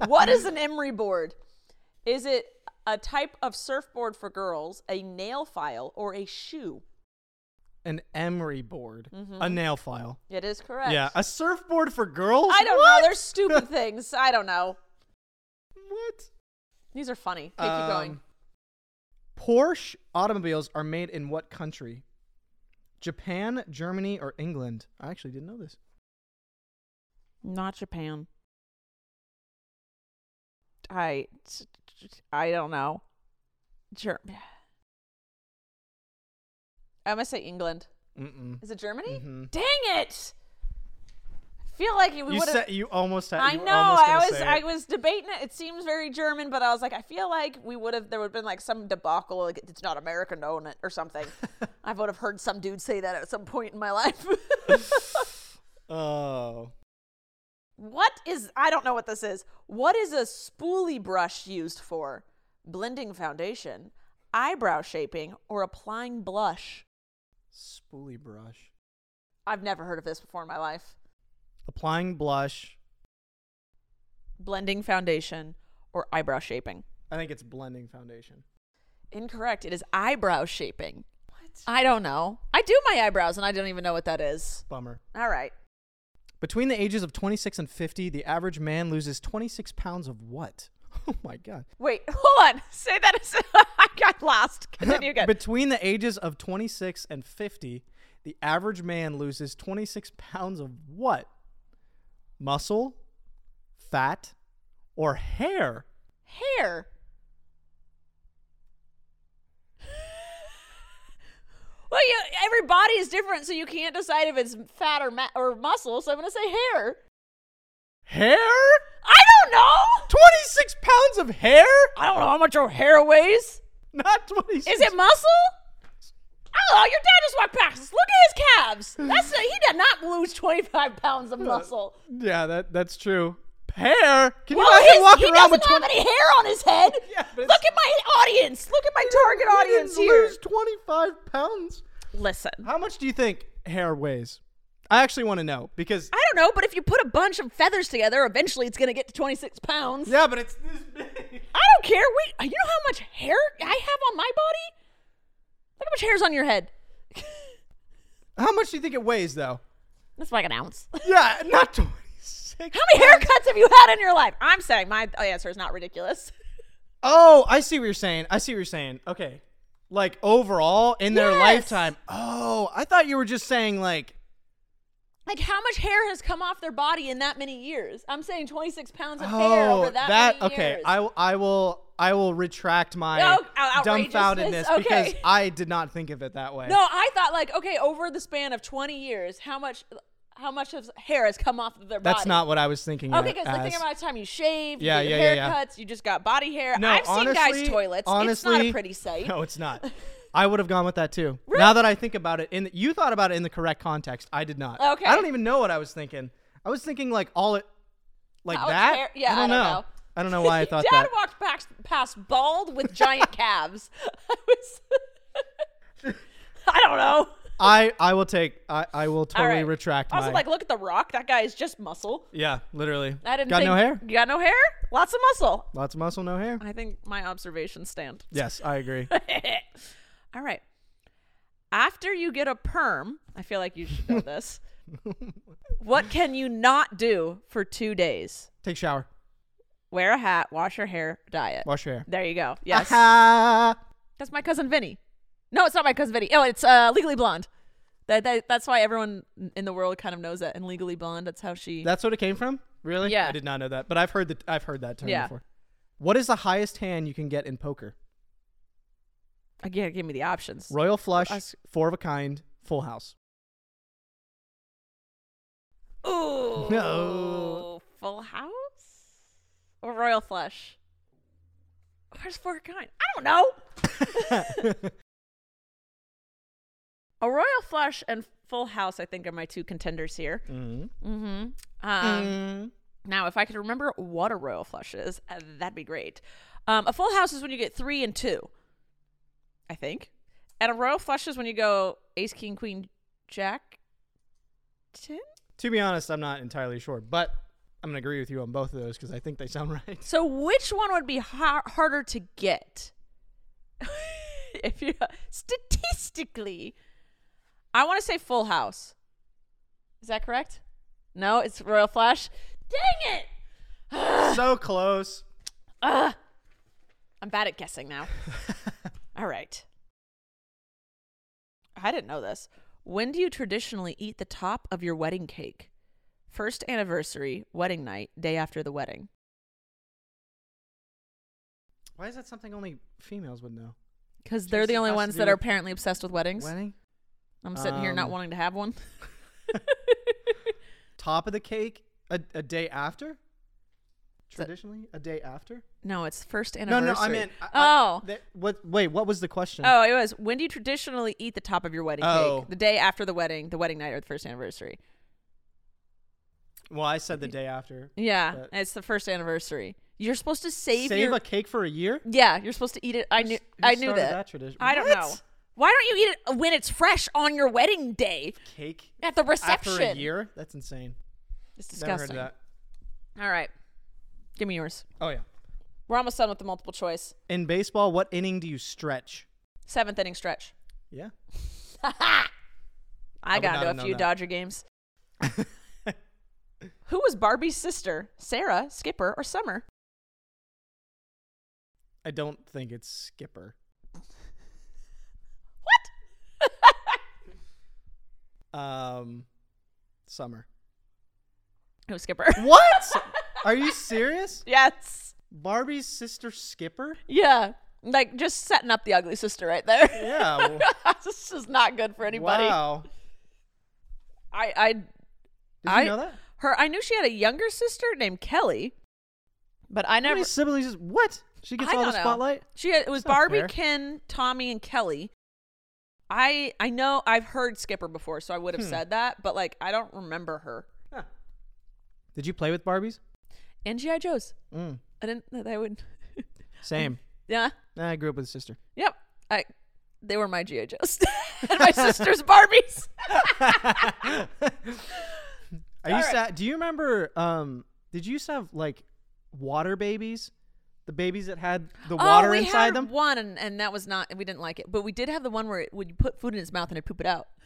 Speaker 2: what is an emery board? Is it a type of surfboard for girls, a nail file, or a shoe?
Speaker 3: an emery board,
Speaker 2: Mm-hmm.
Speaker 3: a nail file.
Speaker 2: It is correct.
Speaker 3: Yeah, a surfboard for girls.
Speaker 2: I don't
Speaker 3: What?
Speaker 2: know. They're stupid things. I don't know.
Speaker 3: What?
Speaker 2: These are funny. Okay, keep going.
Speaker 3: Um, Porsche automobiles are made in what country? Japan, Germany, or England? I actually didn't know this.
Speaker 2: Not Japan. I I don't know. Sure. I'm gonna say England.
Speaker 3: Mm-mm.
Speaker 2: Is it Germany?
Speaker 3: Mhm.
Speaker 2: Dang it! I feel like we
Speaker 3: You
Speaker 2: would
Speaker 3: said
Speaker 2: have.
Speaker 3: you almost had.
Speaker 2: I
Speaker 3: you
Speaker 2: know.
Speaker 3: were almost
Speaker 2: I
Speaker 3: gonna
Speaker 2: was
Speaker 3: say
Speaker 2: I
Speaker 3: it.
Speaker 2: was debating it. It seems very German, but I was like, I feel like we would have. There would have been like some debacle. Like it's not American to own it or something. I would have heard some dude say that at some point in my life.
Speaker 3: Oh,
Speaker 2: what is? I don't know what this is. What is a spoolie brush used for? Blending foundation, eyebrow shaping, or applying blush?
Speaker 3: spoolie brush.
Speaker 2: I've never heard of this before in my life.
Speaker 3: Applying blush.
Speaker 2: Blending foundation or eyebrow shaping.
Speaker 3: I think it's blending foundation.
Speaker 2: Incorrect. It is eyebrow shaping. What? I don't know. I do my eyebrows and I don't even know what that is.
Speaker 3: Bummer.
Speaker 2: All right.
Speaker 3: Between the ages of 26 and 50, the average man loses 26 pounds of what? Oh my god.
Speaker 2: Wait, hold on. Say that is I got lost. Continue again.
Speaker 3: Between the ages of 26 and 50, the average man loses 26 pounds of what? Muscle, fat, or hair?
Speaker 2: Hair. well, you, every body is different, so you can't decide if it's fat or, ma- or muscle, so I'm going to say hair.
Speaker 3: Hair?
Speaker 2: I don't know.
Speaker 3: 26 pounds of hair?
Speaker 2: I don't know how much your hair weighs.
Speaker 3: Not 26.
Speaker 2: Is it muscle? Oh, your dad just walked past. Look at his calves. That's he did not lose 25 pounds of muscle.
Speaker 3: Yeah, that that's true. Hair? Can you
Speaker 2: Well,
Speaker 3: imagine
Speaker 2: his,
Speaker 3: walking
Speaker 2: he doesn't
Speaker 3: around with
Speaker 2: have
Speaker 3: 20
Speaker 2: any hair on his head.
Speaker 3: Yeah, but
Speaker 2: Look
Speaker 3: it's-
Speaker 2: at my audience. Look at my target audience
Speaker 3: You
Speaker 2: here.
Speaker 3: lose 25 pounds?
Speaker 2: Listen,
Speaker 3: How much do you think hair weighs? I actually want to know because
Speaker 2: I don't know, but if you put a bunch of feathers together, eventually it's gonna get to 26 pounds.
Speaker 3: Yeah, but it's this big.
Speaker 2: I don't care. We, you know how much hair I have on my body? Look how much hair's on your head.
Speaker 3: How much do you think it weighs though?
Speaker 2: That's like an ounce.
Speaker 3: Yeah, not 26.
Speaker 2: How many haircuts have you had in your life? I'm saying my oh, answer is not ridiculous.
Speaker 3: Oh, I see what you're saying. I see what you're saying. Okay. Like overall in their
Speaker 2: Yes.
Speaker 3: lifetime. Oh, I thought you were just saying like
Speaker 2: Like how much hair has come off their body in that many years? I'm saying 26 pounds of hair
Speaker 3: oh
Speaker 2: over that, many
Speaker 3: okay.
Speaker 2: years.
Speaker 3: I will- I will I will retract my
Speaker 2: Oh, out- outrageousness.
Speaker 3: dumbfoundedness because
Speaker 2: Okay.
Speaker 3: I did not think of it that way.
Speaker 2: no, I thought like okay, over the span of 20 years, how much how much of hair has come off of their body?
Speaker 3: That's not what I was thinking.
Speaker 2: Okay,
Speaker 3: it
Speaker 2: because the thing
Speaker 3: as.
Speaker 2: about the time you shaved,
Speaker 3: Yeah,
Speaker 2: you did
Speaker 3: yeah,
Speaker 2: your
Speaker 3: yeah, yeah.
Speaker 2: haircuts, you just got body hair.
Speaker 3: No,
Speaker 2: I've
Speaker 3: honestly,
Speaker 2: seen guys' toilets.
Speaker 3: Honestly,
Speaker 2: it's not a pretty sight.
Speaker 3: No, it's not. I would have gone with that too. Now that I think about it, in the, you thought about it in the correct context. I did not.
Speaker 2: Okay.
Speaker 3: I don't even know what I was thinking. I was thinking like all it, like
Speaker 2: How much
Speaker 3: that.
Speaker 2: Oh, hair- yeah, I don't know.
Speaker 3: I don't know why I thought
Speaker 2: Dad
Speaker 3: that.
Speaker 2: walked past, past bald with giant calves. I was. I don't know.
Speaker 3: I I will take. I I will
Speaker 2: All
Speaker 3: totally
Speaker 2: right.
Speaker 3: retract
Speaker 2: Also,
Speaker 3: my.
Speaker 2: like, look at the Rock. That guy is just muscle.
Speaker 3: yeah, literally.
Speaker 2: I didn't
Speaker 3: got
Speaker 2: think,
Speaker 3: no hair.
Speaker 2: You got no hair. Lots of muscle.
Speaker 3: Lots of muscle, no hair.
Speaker 2: I think my observations stand.
Speaker 3: Yes, I agree.
Speaker 2: All right. After you get a perm, I feel like you should know this. what can you not do for two days?
Speaker 3: take shower.
Speaker 2: Wear a hat, wash your hair, diet.
Speaker 3: Wash your hair.
Speaker 2: There you go. Yes.
Speaker 3: Aha.
Speaker 2: That's my cousin Vinny. No, it's not my cousin Vinny. Oh, it's uh, Legally Blonde. That, that that's why everyone in the world kind of knows that in Legally Blonde. That's how she.
Speaker 3: That's what it came from. Really?
Speaker 2: Yeah.
Speaker 3: I did not know that, but I've heard that. I've heard that term
Speaker 2: Yeah.
Speaker 3: before. What is the highest hand you can get in poker?
Speaker 2: Again, give me the options.
Speaker 3: Royal flush,
Speaker 2: Us-
Speaker 3: four of a kind, full house.
Speaker 2: Ooh.
Speaker 3: No.
Speaker 2: Full House or Royal Flush? Where's Four Kind? I don't know. A Royal Flush and Full House, I think, are my two contenders here.
Speaker 3: Mhm.
Speaker 2: Mm-hmm. Um, Now, if I could remember what a Royal Flush is, uh, that'd be great. Um, a Full House is when you get three and two, I think. And a Royal Flush is when you go Ace, King, Queen, Jack, 10?
Speaker 3: To be honest, I'm not entirely sure, but I'm gonna agree with you on both of those because I think they sound right.
Speaker 2: So which one would be har- harder to get? if you statistically, I want to say Full House. Is that correct? No, it's Royal Flush. Dang it!
Speaker 3: so close.
Speaker 2: Ugh. I'm bad at guessing now. All right. I didn't know this. When do you traditionally eat the top of your wedding cake? First anniversary, wedding night, day after the wedding.
Speaker 3: Why is that something only females would know?
Speaker 2: Because they're the
Speaker 3: Just
Speaker 2: only
Speaker 3: has to
Speaker 2: ones
Speaker 3: do
Speaker 2: that are
Speaker 3: with
Speaker 2: apparently obsessed with weddings.
Speaker 3: Wedding.
Speaker 2: I'm sitting here not
Speaker 3: Um,
Speaker 2: wanting to have one.
Speaker 3: Top of the cake, a, a day after. Traditionally, a day after.
Speaker 2: no, it's first
Speaker 3: No,
Speaker 2: anniversary.
Speaker 3: no, I meant. I- I-
Speaker 2: oh.
Speaker 3: that- what? Wait, what was the question?
Speaker 2: Oh, it was. When do you traditionally eat the top of your wedding
Speaker 3: Oh.
Speaker 2: cake? The day after the wedding, the wedding night, or the first anniversary?
Speaker 3: Well, I said the day after.
Speaker 2: Yeah,
Speaker 3: but-
Speaker 2: it's the first anniversary. You're supposed to save,
Speaker 3: Save
Speaker 2: your.
Speaker 3: a cake for a year.
Speaker 2: yeah, you're supposed to eat it. I knew.
Speaker 3: s- who
Speaker 2: I knew
Speaker 3: started
Speaker 2: that.
Speaker 3: that tradition?
Speaker 2: I don't
Speaker 3: What?
Speaker 2: know. Why don't you eat it when it's fresh on your wedding day
Speaker 3: Cake
Speaker 2: at the
Speaker 3: after a
Speaker 2: reception?
Speaker 3: year. That's insane.
Speaker 2: It's
Speaker 3: Never heard
Speaker 2: disgusting.
Speaker 3: of that.
Speaker 2: All right, give me yours.
Speaker 3: Oh yeah.
Speaker 2: We're almost done with the multiple choice.
Speaker 3: In baseball, what inning do you stretch?
Speaker 2: Seventh inning stretch.
Speaker 3: Yeah. I
Speaker 2: I
Speaker 3: would
Speaker 2: got
Speaker 3: not
Speaker 2: into
Speaker 3: have
Speaker 2: a
Speaker 3: known
Speaker 2: few
Speaker 3: that.
Speaker 2: Dodger games. Who was Barbie's sister? Sarah, Skipper, or Summer?
Speaker 3: I don't think it's skipper.
Speaker 2: What?
Speaker 3: Um, summer.
Speaker 2: It was Skipper.
Speaker 3: What? Are you serious?
Speaker 2: yes.
Speaker 3: Barbie's sister Skipper?
Speaker 2: Yeah. Like just setting up the ugly sister right there.
Speaker 3: Yeah. well,
Speaker 2: this is not good for anybody.
Speaker 3: Wow.
Speaker 2: I I Did
Speaker 3: Did you
Speaker 2: I
Speaker 3: know that?
Speaker 2: her I knew she had a younger sister named Kelly. But I
Speaker 3: How
Speaker 2: never
Speaker 3: many siblings is what? She gets
Speaker 2: I
Speaker 3: all the
Speaker 2: don't know.
Speaker 3: spotlight?
Speaker 2: She had, it was
Speaker 3: That's not
Speaker 2: Barbie,
Speaker 3: fair.
Speaker 2: Ken, Tommy, and Kelly. I I know I've heard Skipper before, so I would have
Speaker 3: Hmm.
Speaker 2: said that, but like I don't remember her.
Speaker 3: Did you play with Barbies?
Speaker 2: And GI Joes.
Speaker 3: Mm.
Speaker 2: I didn't. They would.
Speaker 3: Same.
Speaker 2: Yeah.
Speaker 3: I grew up with a sister.
Speaker 2: Yep. I. They were my GI Joes and my sister's Barbies.
Speaker 3: Are you sad? Do you remember? Um, did you used to have like water babies? The babies that had the water
Speaker 2: oh, we
Speaker 3: inside
Speaker 2: had
Speaker 3: them.
Speaker 2: One and, and that was not. We didn't like it, but we did have the one where it, when you put food in its mouth and it poop it out.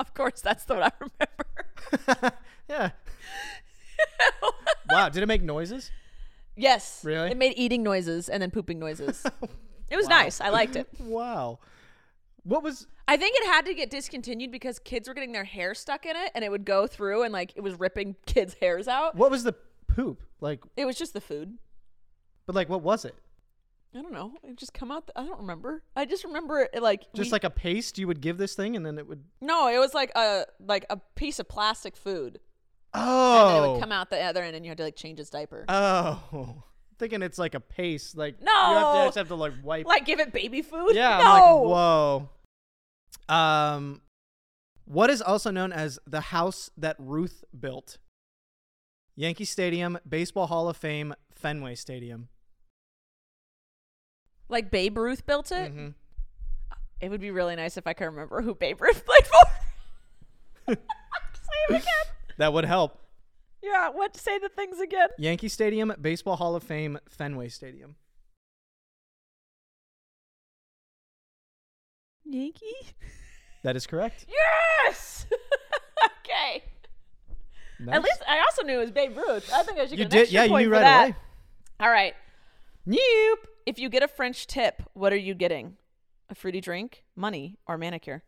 Speaker 2: Of course, that's the one I remember.
Speaker 3: yeah. wow. Did it make noises?
Speaker 2: yes.
Speaker 3: Really?
Speaker 2: It made eating noises and then pooping noises. it was nice. I liked it.
Speaker 3: Wow. What was?
Speaker 2: I think it had to get discontinued because kids were getting their hair stuck in it, and it would go through and like it was ripping kids' hairs out.
Speaker 3: What was the poop like?
Speaker 2: It was just the food.
Speaker 3: But like, what was it?
Speaker 2: I don't know. It just come out. The, I don't remember. I just remember it like
Speaker 3: Just
Speaker 2: we-
Speaker 3: like a paste you would give this thing, and then it would.
Speaker 2: no, it was like a like a piece of plastic food, and then it
Speaker 3: Oh.
Speaker 2: would come out the other end, and you had to like change its diaper.
Speaker 3: Oh. Thinking it's like a paste, like you have to,
Speaker 2: No!
Speaker 3: just have to like wipe.
Speaker 2: like give it baby food.
Speaker 3: yeah,
Speaker 2: no.
Speaker 3: I'm like, whoa. Um, what is also known as the house that Ruth built? Yankee Stadium, Baseball Hall of Fame, Fenway Stadium.
Speaker 2: like Babe Ruth built it. Uh,
Speaker 3: Mhm.
Speaker 2: It would be really nice if I could remember who Babe Ruth played for. say it again.
Speaker 3: That would help.
Speaker 2: Yeah. What? Say the things again.
Speaker 3: Yankee Stadium, Baseball Hall of Fame, Fenway Stadium.
Speaker 2: Yankee.
Speaker 3: That is correct.
Speaker 2: Yes. okay.
Speaker 3: Nice.
Speaker 2: At least I also knew it was Babe Ruth. I think I should
Speaker 3: you
Speaker 2: get an
Speaker 3: did.
Speaker 2: extra
Speaker 3: Yeah, you
Speaker 2: point
Speaker 3: knew
Speaker 2: for
Speaker 3: right
Speaker 2: that.
Speaker 3: away.
Speaker 2: All right. Nope. If you get a French tip, what are you getting? A fruity drink, money, or manicure?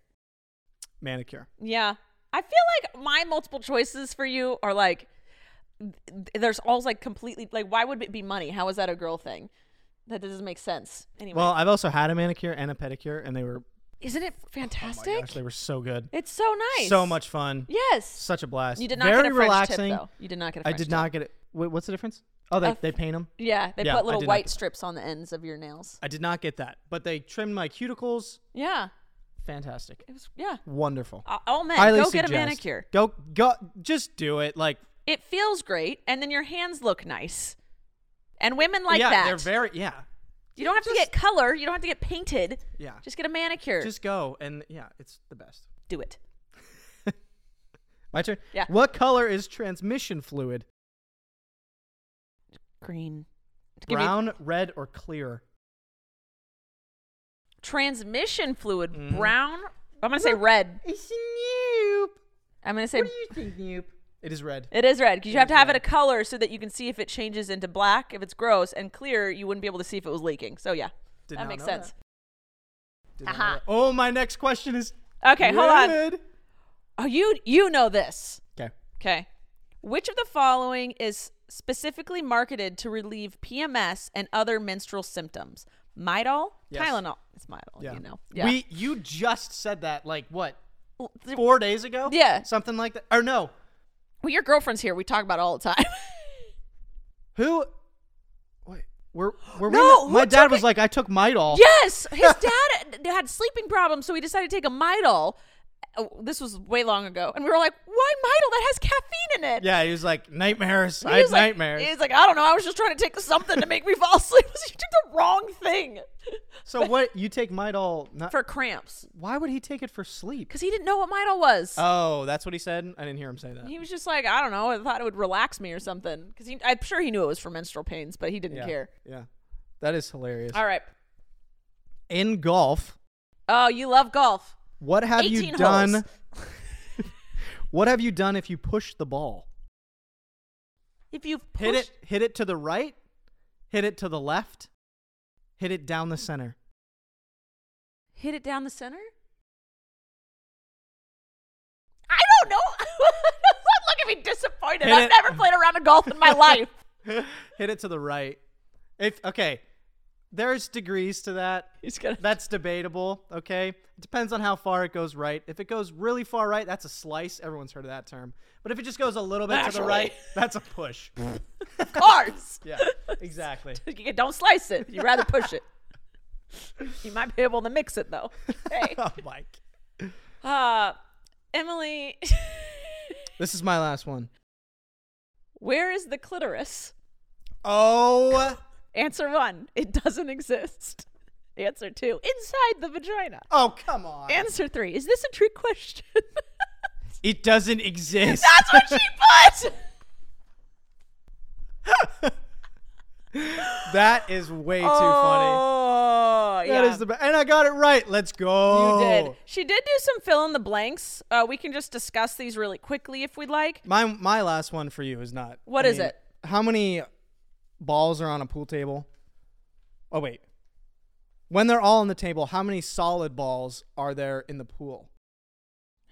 Speaker 3: Manicure.
Speaker 2: Yeah. I feel like my multiple choices for you are like th- there's all like completely like why would it be money? How is that a girl thing? That doesn't make sense. Anyway.
Speaker 3: Well, I've also had a manicure and a pedicure, and they were
Speaker 2: isn't it fantastic?
Speaker 3: oh gosh, they were so good.
Speaker 2: it's so nice.
Speaker 3: So much fun.
Speaker 2: Yes.
Speaker 3: Such a blast.
Speaker 2: You did not
Speaker 3: Very
Speaker 2: get a French
Speaker 3: relaxing.
Speaker 2: tip though. You did not get a
Speaker 3: I
Speaker 2: French
Speaker 3: did
Speaker 2: tip.
Speaker 3: not get it. Wait, what's the difference? Oh, they,
Speaker 2: A f-
Speaker 3: they paint them.
Speaker 2: Yeah, they put little white strips on the ends of your nails.
Speaker 3: I did not get that, but they trimmed my cuticles.
Speaker 2: Yeah.
Speaker 3: Fantastic.
Speaker 2: It was yeah.
Speaker 3: Wonderful.
Speaker 2: A- All men,
Speaker 3: Highly
Speaker 2: Oh, go get a
Speaker 3: suggest.
Speaker 2: manicure.
Speaker 3: Go go. Just do it. Like
Speaker 2: It feels great, and then your hands look nice. And women like
Speaker 3: yeah,
Speaker 2: that.
Speaker 3: They're very yeah.
Speaker 2: you don't have to get color. You don't have to get painted.
Speaker 3: Yeah.
Speaker 2: Just get a manicure.
Speaker 3: Just go and yeah, it's the best.
Speaker 2: do it.
Speaker 3: My turn.
Speaker 2: Yeah.
Speaker 3: What color is transmission fluid?
Speaker 2: Green. Give me-
Speaker 3: Brown, red, or clear?
Speaker 2: Transmission fluid.
Speaker 3: Mm-hmm.
Speaker 2: Brown. I'm gonna say red.
Speaker 3: It's nope.
Speaker 2: I'm gonna say
Speaker 3: you think, nope? It is red.
Speaker 2: it is red because you have to have it a color so that you can see if it changes into black if it's gross and clear. You wouldn't be able to see if it was leaking. So yeah,
Speaker 3: Did
Speaker 2: that
Speaker 3: not
Speaker 2: makes
Speaker 3: know
Speaker 2: sense.
Speaker 3: Did not know that. Oh, my next question is.
Speaker 2: Okay, hold on.
Speaker 3: red.
Speaker 2: Oh, you you know this.
Speaker 3: Okay.
Speaker 2: Okay. Which of the following is specifically marketed to relieve PMS and other menstrual symptoms? Midol,
Speaker 3: Yes.
Speaker 2: Tylenol. It's Midol, you know. Yeah.
Speaker 3: We you just said that like what? Four days ago?
Speaker 2: Yeah.
Speaker 3: Something like that. Or no.
Speaker 2: well, your girlfriend's here. We talk about it all the time.
Speaker 3: Who Wait. Were were
Speaker 2: No,
Speaker 3: we my
Speaker 2: who
Speaker 3: dad
Speaker 2: took
Speaker 3: was
Speaker 2: it?
Speaker 3: like I took Midol.
Speaker 2: yes, his dad had sleeping problems, so he decided to take a Midol. Oh, this was way long ago, and we were like, "Why Midol? That has caffeine in it."
Speaker 3: Yeah, he was like nightmares.
Speaker 2: He
Speaker 3: I had
Speaker 2: was like-
Speaker 3: nightmares.
Speaker 2: He's like, "I don't know. I was just trying to take something to make me fall asleep. you took the wrong thing
Speaker 3: so what you take Midol not
Speaker 2: for cramps
Speaker 3: Why would he take it for sleep?
Speaker 2: because he didn't know what Midol was."
Speaker 3: Oh, that's what he said? I didn't hear him say that.
Speaker 2: He was just like, I don't know. I thought it would relax me or something. Because I'm sure he knew it was for menstrual pains, but he didn't
Speaker 3: yeah.
Speaker 2: care.
Speaker 3: Yeah. That is hilarious.
Speaker 2: All right.
Speaker 3: In golf,
Speaker 2: Oh, you love golf.
Speaker 3: what have you
Speaker 2: 18
Speaker 3: done?
Speaker 2: holes.
Speaker 3: what have you done if you push the ball?
Speaker 2: If you've pushed,
Speaker 3: Hit it hit it to the right, hit it to the left, hit it down the center.
Speaker 2: hit it down the center. I don't know. Look at me disappointed.
Speaker 3: Hit
Speaker 2: I've
Speaker 3: it-
Speaker 2: never played a round of golf in my life.
Speaker 3: hit it to the right. If okay, there's degrees to that.
Speaker 2: He's gonna.
Speaker 3: That's debatable. Okay, it depends on how far it goes right. If it goes really far right, that's a slice. Everyone's heard of that term. But if it just goes a little bit to the
Speaker 2: Naturally.
Speaker 3: right, that's a push.
Speaker 2: Of course.
Speaker 3: Yeah, exactly.
Speaker 2: You don't slice it. You'd rather push it. You might be able to mix it though. Hey,
Speaker 3: oh, Mike,
Speaker 2: uh, Emily,
Speaker 3: this is my last one.
Speaker 2: where is the clitoris?
Speaker 3: Oh,
Speaker 2: Answer one, it doesn't exist. Answer two, inside the vagina.
Speaker 3: oh, come on!
Speaker 2: Answer three, is this a trick question?
Speaker 3: It doesn't exist.
Speaker 2: That's what she put!
Speaker 3: that is way too funny.
Speaker 2: Oh, yeah.
Speaker 3: That is the Oh. best, and I got it right. Let's
Speaker 2: you
Speaker 3: go.
Speaker 2: did. She did do some fill in the blanks. Uh, we can just discuss these really quickly if we'd like.
Speaker 3: My my last one for you is not.
Speaker 2: What
Speaker 3: What is
Speaker 2: is it?
Speaker 3: How many balls are on a pool table? Oh wait. When they're all on the table, how many solid balls are there in the pool?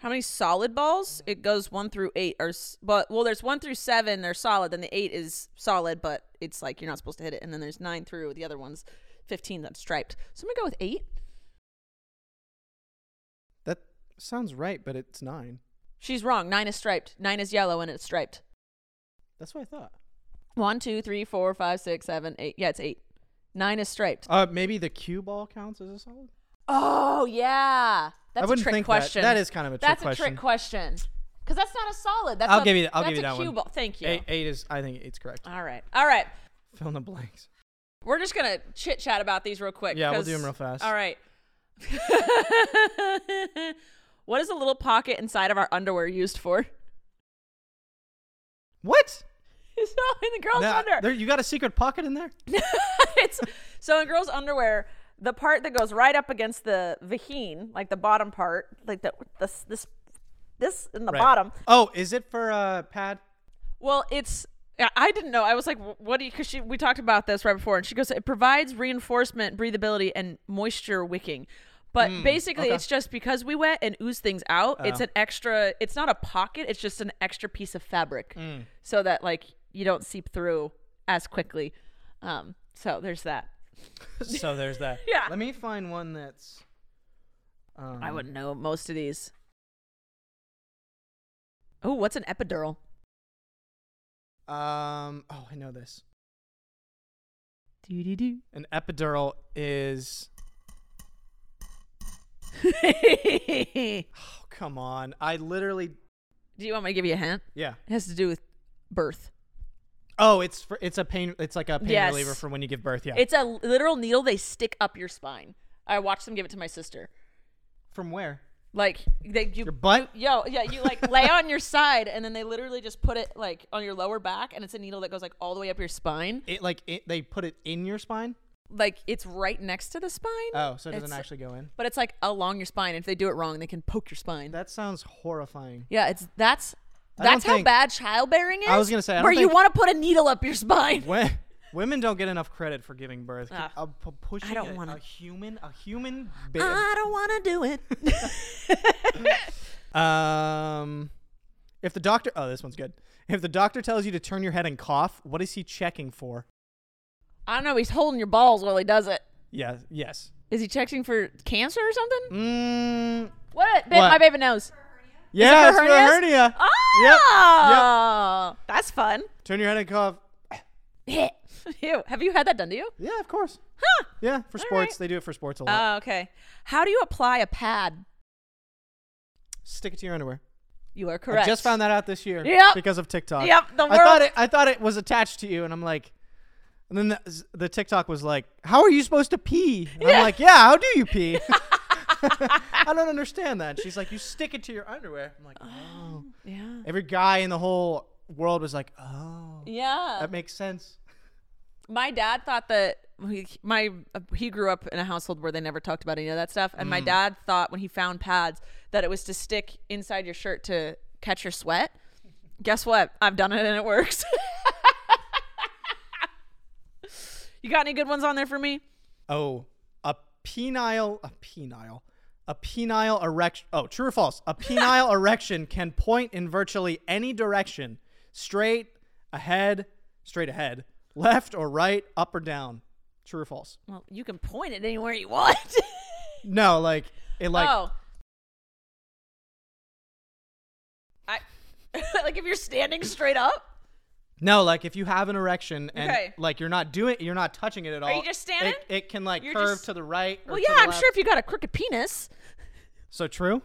Speaker 2: How many solid balls? It goes one through eight, or s- but well, there's one through seven. They're solid. Then the eight is solid, but it's like you're not supposed to hit it. And then there's nine through the other ones, fifteen that's striped. So I'm gonna go with eight.
Speaker 3: That sounds right, but it's nine.
Speaker 2: She's wrong. Nine is striped. Nine is yellow and it's striped.
Speaker 3: That's what I thought.
Speaker 2: One, two, three, four, five, six, seven, eight. Yeah, it's eight. Nine is striped.
Speaker 3: Uh, maybe the cue ball counts as a solid.
Speaker 2: Oh yeah, that's a
Speaker 3: wouldn't
Speaker 2: trick
Speaker 3: think that.
Speaker 2: question.
Speaker 3: That is kind of a trick
Speaker 2: that's a trick question. Because that's not a solid. That's
Speaker 3: I'll
Speaker 2: a-
Speaker 3: give you. I'll
Speaker 2: that's
Speaker 3: give you
Speaker 2: a
Speaker 3: that
Speaker 2: cue
Speaker 3: one.
Speaker 2: ball. Thank you.
Speaker 3: Eight, eight is. I think eight's correct.
Speaker 2: All right. All right.
Speaker 3: Fill in the blanks.
Speaker 2: We're just gonna chit chat about these real quick.
Speaker 3: Yeah, we'll
Speaker 2: 'cause-
Speaker 3: do 'em real fast.
Speaker 2: All right. what is a little pocket inside of our underwear used for?
Speaker 3: What?
Speaker 2: It's not in the girls'
Speaker 3: Nah,
Speaker 2: underwear.
Speaker 3: there, you got a secret pocket in there?
Speaker 2: it's so in girls' underwear, the part that goes right up against the vagine, like the bottom part, like the this this this in the
Speaker 3: Right.
Speaker 2: bottom.
Speaker 3: Oh, is it for uh, pad?
Speaker 2: Well, it's I- I didn't know. I was like, "Wh- "What do you?" Because she we talked about this right before, and she goes, "It provides reinforcement, breathability, and moisture wicking." But
Speaker 5: Mm,
Speaker 2: basically,
Speaker 5: okay.
Speaker 2: it's just because we wet and ooze things out. It's
Speaker 5: Oh.
Speaker 2: an extra. It's not a pocket. It's just an extra piece of fabric,
Speaker 5: Hmm.
Speaker 2: so that like you don't seep through as quickly. Um, so there's that.
Speaker 3: so there's that.
Speaker 2: Yeah.
Speaker 3: Let me find one that's. Um,
Speaker 2: I wouldn't know most of these. Oh, what's an epidural?
Speaker 3: Um. Oh, I know this.
Speaker 2: Do do do.
Speaker 3: An epidural is.
Speaker 2: do
Speaker 3: Oh, come on! I literally.
Speaker 2: you want me to give you a hint?
Speaker 3: Yeah.
Speaker 2: It has to do with birth.
Speaker 3: Oh, it's for, it's a pain. It's like a pain
Speaker 2: Yes.
Speaker 3: reliever for when you give birth. Yeah.
Speaker 2: It's a literal needle they stick up your spine. I watched them give it to my sister.
Speaker 3: from where?
Speaker 2: Like they you
Speaker 3: Your butt?
Speaker 2: yo yeah you like lay on your side and then they literally just put it like on your lower back and it's a needle that goes like all the way up your spine.
Speaker 3: It like it, they put it in your spine.
Speaker 2: Like it's right next to the spine.
Speaker 3: Oh, so it doesn't
Speaker 2: It's-
Speaker 3: actually go in.
Speaker 2: But it's like along your spine. If they do it wrong, they can poke your spine.
Speaker 3: That sounds horrifying.
Speaker 2: Yeah, it's that's
Speaker 3: I don't
Speaker 2: that's how
Speaker 3: think-
Speaker 2: bad childbearing is.
Speaker 3: I was gonna say, I don't
Speaker 2: where you
Speaker 3: think-
Speaker 2: want to put a needle up your spine.
Speaker 3: When, women don't get enough credit for giving birth.
Speaker 2: Ah.
Speaker 3: A, p- pushing
Speaker 2: don't
Speaker 3: a-
Speaker 2: wanna- Ah.
Speaker 3: a human, a human babe.
Speaker 2: I don't want to do it.
Speaker 3: Um, if the doctor, oh, this one's good. If the doctor tells you to turn your head and cough, what is he checking for?
Speaker 2: I don't know. He's holding your balls while he does it.
Speaker 3: Yeah, yes.
Speaker 2: Is he checking for cancer or something?
Speaker 3: Mm,
Speaker 2: What? Babe,
Speaker 3: What?
Speaker 2: My baby knows.
Speaker 3: yeah,
Speaker 2: Is it
Speaker 3: it's
Speaker 2: for
Speaker 3: for
Speaker 2: hernias?
Speaker 3: hernia. Yep.
Speaker 2: Oh, that's fun.
Speaker 3: yep. Turn your head and cough.
Speaker 2: Ew. Have you had that done to you?
Speaker 3: Yeah, of course.
Speaker 2: Huh.
Speaker 3: Yeah, for sports, they do it for sports a lot.
Speaker 2: Oh, okay. How do you apply a pad?
Speaker 3: Stick it to your underwear.
Speaker 2: You are correct.
Speaker 3: I just found that out this year.
Speaker 2: Yep.
Speaker 3: Because of TikTok.
Speaker 2: Yep, the
Speaker 3: I thought
Speaker 2: world-
Speaker 3: it. I thought it was attached to you, and I'm like, and then the, the TikTok was like, "How are you supposed to pee?" And I'm like, "Yeah, how do you pee?" I don't understand that. She's like, "You stick it to your underwear." I'm like, "Oh."
Speaker 2: Yeah.
Speaker 3: Every guy in the whole world was like, "Oh,
Speaker 2: Yeah.
Speaker 3: that makes sense."
Speaker 2: my dad thought that he, my he grew up in a household where they never talked about any of that stuff, and my
Speaker 5: Mm.
Speaker 2: dad thought when he found pads that it was to stick inside your shirt to catch your sweat. Guess what? I've done it and it works. you got any good ones on there for me?
Speaker 3: Oh, a penile, a penile, a penile erection. Oh, true or false? A penile erection can point in virtually any direction straight, ahead, straight ahead, left or right, up or down. True or false?
Speaker 2: Well, you can point it anywhere you want.
Speaker 3: No, like, it like,
Speaker 2: oh. I like if you're standing straight up.
Speaker 3: no, like if you have an erection and
Speaker 2: Okay.
Speaker 3: like you're not doing, you're not touching it at all.
Speaker 2: Are you just standing?
Speaker 3: It, it can like
Speaker 2: You're
Speaker 3: curve
Speaker 2: just-
Speaker 3: to the right. Or
Speaker 2: Well,
Speaker 3: to
Speaker 2: yeah,
Speaker 3: the
Speaker 2: I'm
Speaker 3: left.
Speaker 2: sure if you got a crooked penis,
Speaker 3: So true?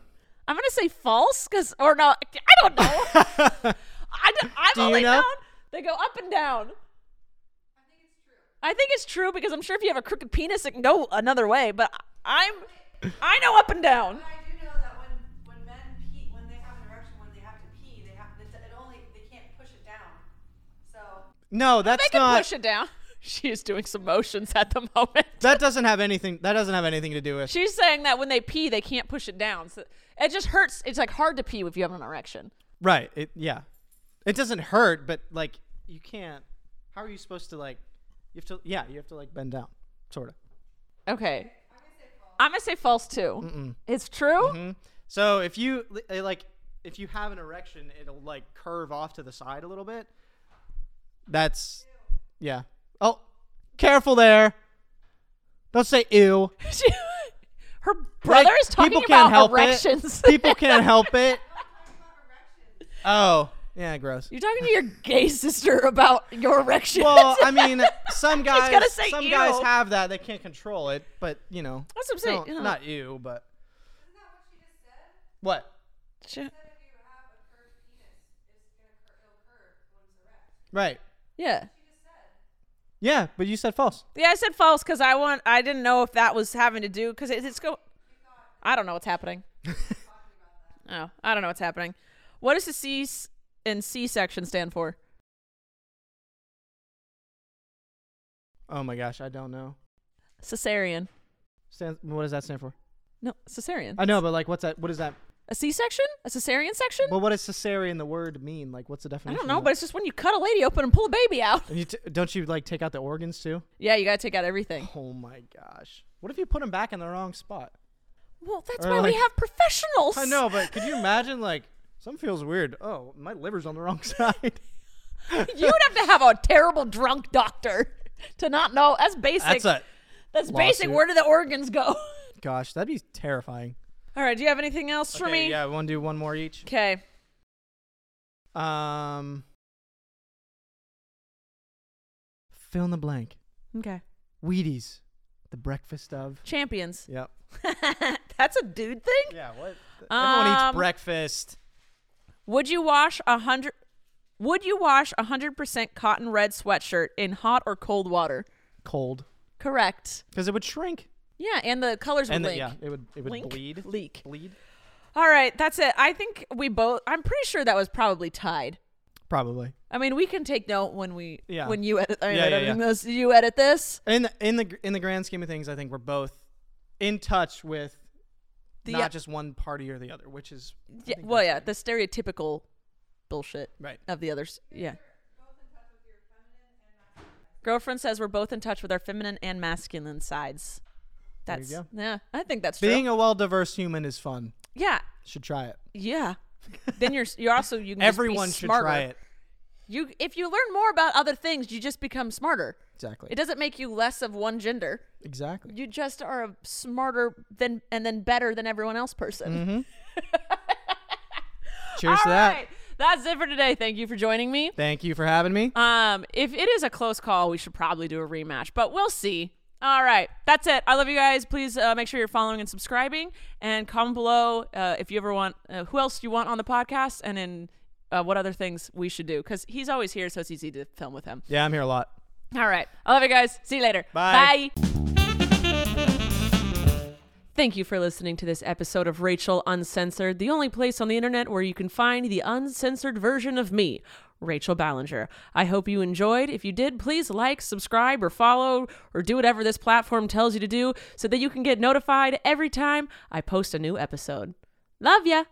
Speaker 2: I'm gonna say false because or no, I don't know. I d- I've
Speaker 3: Do you
Speaker 2: only
Speaker 3: know?
Speaker 2: known they go up and down. I think it's true because I'm sure if you have a crooked penis, it can go another way. But I'm, I know up and down.
Speaker 3: No, that's
Speaker 2: They can
Speaker 3: not.
Speaker 2: push it down. She is doing some motions at the moment.
Speaker 3: That doesn't have anything. That doesn't have anything to do with.
Speaker 2: She's saying that when they pee, they can't push it down. So it just hurts. It's like hard to pee if you have an erection.
Speaker 3: Right. It yeah. It doesn't hurt, but like you can't. How are you supposed to like? You have to yeah. You have to like bend down, sort of.
Speaker 2: Okay. I'm gonna say false too. It's
Speaker 3: Mm-hmm.
Speaker 2: true.
Speaker 3: So if you li- uh, like, if you have an erection, it'll like curve off to the side a little bit. That's yeah. Oh, careful there. Don't say ew.
Speaker 2: Her brother
Speaker 3: Like,
Speaker 2: is talking
Speaker 3: people can't
Speaker 2: about
Speaker 3: help it.
Speaker 2: erections.
Speaker 3: People can't help it. Oh yeah, gross.
Speaker 2: You're talking to your gay sister about your erections.
Speaker 3: Well, I mean, some
Speaker 2: She's
Speaker 3: guys,
Speaker 2: gonna say
Speaker 3: some
Speaker 2: ew.
Speaker 3: guys have that. They can't control it, but you know,
Speaker 2: That's what I'm saying,
Speaker 3: don't-
Speaker 2: you know.
Speaker 3: Not you, but what? Right.
Speaker 2: yeah.
Speaker 3: Yeah, but you said false.
Speaker 2: Yeah, I said false because I want. I didn't know if that was having to do because it, it's go. I don't know what's happening. oh, I don't know what's happening. What does the C s- and C section stand for?
Speaker 3: Oh my gosh, I don't know.
Speaker 2: Cesarean.
Speaker 3: Stand, what does that stand for?
Speaker 2: No, cesarean.
Speaker 3: I know, but like, what's that? What is that?
Speaker 2: A C-section? A cesarean section?
Speaker 3: Well, what does cesarean the word mean? Like, what's the
Speaker 2: I
Speaker 3: definition?
Speaker 2: don't
Speaker 3: of
Speaker 2: know,
Speaker 3: that?
Speaker 2: but it's just when you cut a lady open and pull a baby out.
Speaker 3: And you t- don't you like take out the organs too?
Speaker 2: Yeah, you gotta take out everything.
Speaker 3: Oh my gosh. What if you put them back in the wrong spot?
Speaker 2: Well, that's
Speaker 3: Or
Speaker 2: why
Speaker 3: like-
Speaker 2: we have professionals.
Speaker 3: I know, but could you imagine like some feels weird. Oh, my liver's on the wrong side.
Speaker 2: you would have to have a terrible drunk doctor to not know. That's basic.
Speaker 3: That's a
Speaker 2: That's basic.
Speaker 3: lawsuit.
Speaker 2: Where do the organs go?
Speaker 3: gosh, that'd be terrifying.
Speaker 2: All right. Do you have anything else for
Speaker 3: Okay,
Speaker 2: me?
Speaker 3: Yeah, we want to do one more each.
Speaker 2: Okay.
Speaker 3: Um Fill in the blank.
Speaker 2: Okay.
Speaker 3: Wheaties. The breakfast of.
Speaker 2: Champions.
Speaker 3: Yep.
Speaker 2: That's a dude thing.
Speaker 3: Yeah. What? Everyone
Speaker 2: Um,
Speaker 3: eats breakfast.
Speaker 2: Would you wash a hundred? Would you wash a hundred percent cotton red sweatshirt in hot or cold water?
Speaker 3: Cold.
Speaker 2: Correct.
Speaker 3: Because it would shrink.
Speaker 2: Yeah, and the colors would
Speaker 3: And the,
Speaker 2: link.
Speaker 3: yeah, it would it would
Speaker 2: Link?
Speaker 3: bleed.
Speaker 2: Leak.
Speaker 3: Bleed.
Speaker 2: All right, that's it. I think we both. I'm pretty sure that was probably tied.
Speaker 3: Probably.
Speaker 2: I mean, we can take note when we
Speaker 3: Yeah.
Speaker 2: when you edit. I'm
Speaker 3: Yeah, yeah,
Speaker 2: editing
Speaker 3: yeah.
Speaker 2: this. You edit this.
Speaker 3: In the, in the in the grand scheme of things, I think we're both in touch with
Speaker 2: The- uh,
Speaker 3: not just one party or the other, which is
Speaker 2: Yeah, well, yeah, the stereotypical bullshit
Speaker 3: Right.
Speaker 2: of the others. Yeah. Girlfriend says we're both in touch with our feminine and masculine sides.
Speaker 3: There you
Speaker 2: That's
Speaker 3: go.
Speaker 2: yeah. I think that's
Speaker 3: being
Speaker 2: true.
Speaker 3: a well diverse human is fun.
Speaker 2: yeah,
Speaker 3: Should try it.
Speaker 2: yeah. then you're you're also you. Can just be
Speaker 3: Everyone should
Speaker 2: smarter.
Speaker 3: try it.
Speaker 2: You if you learn more about other things, you just become smarter.
Speaker 3: Exactly.
Speaker 2: It doesn't make you less of one gender.
Speaker 3: exactly.
Speaker 2: You just are a smarter than and then better than everyone else person.
Speaker 3: Cheers to
Speaker 2: All
Speaker 3: that.
Speaker 2: right. That's it for today. Thank you for joining me.
Speaker 3: Thank you for having me.
Speaker 2: Um, if it is a close call, we should probably do a rematch, but we'll see. All right, that's it. I love you guys. Please uh, make sure you're following and subscribing, and comment below uh, if you ever want uh, who else you want on the podcast, and in uh, what other things we should do because he's always here, so it's easy to film with him.
Speaker 3: yeah, I'm here a lot.
Speaker 2: All right, I love you guys. See you later.
Speaker 3: Bye.
Speaker 2: Bye. Thank you for listening to this episode of Rachel Uncensored, the only place on the internet where you can find the uncensored version of me, Rachel Ballinger. I hope you enjoyed. If you did, please like, subscribe, or follow, or do whatever this platform tells you to do so that you can get notified every time I post a new episode. Love ya!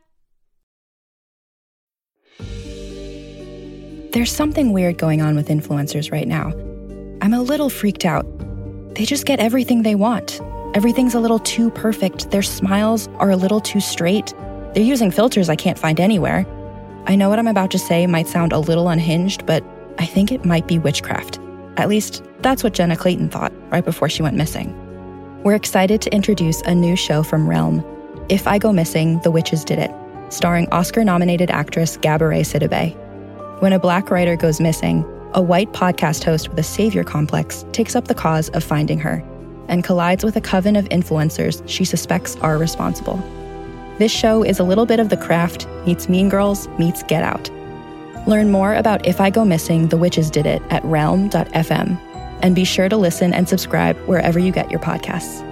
Speaker 5: There's something weird going on with influencers right now. I'm a little freaked out. They just get everything they want. Everything's a little too perfect. Their smiles are a little too straight. They're using filters I can't find anywhere. I know what I'm about to say might sound a little unhinged, but I think it might be witchcraft. At least, that's what Jenna Clayton thought right before she went missing. We're excited to introduce a new show from Realm If I Go Missing, The Witches Did It, starring Oscar nominated actress Gabourey Sidibe. When a black writer goes missing, a white podcast host with a savior complex takes up the cause of finding her and collides with a coven of influencers she suspects are responsible. This show is a little bit of the craft meets Mean Girls meets Get Out. Learn more about If I Go Missing, The Witches Did It at realm.fm, and be sure to listen and subscribe wherever you get your podcasts.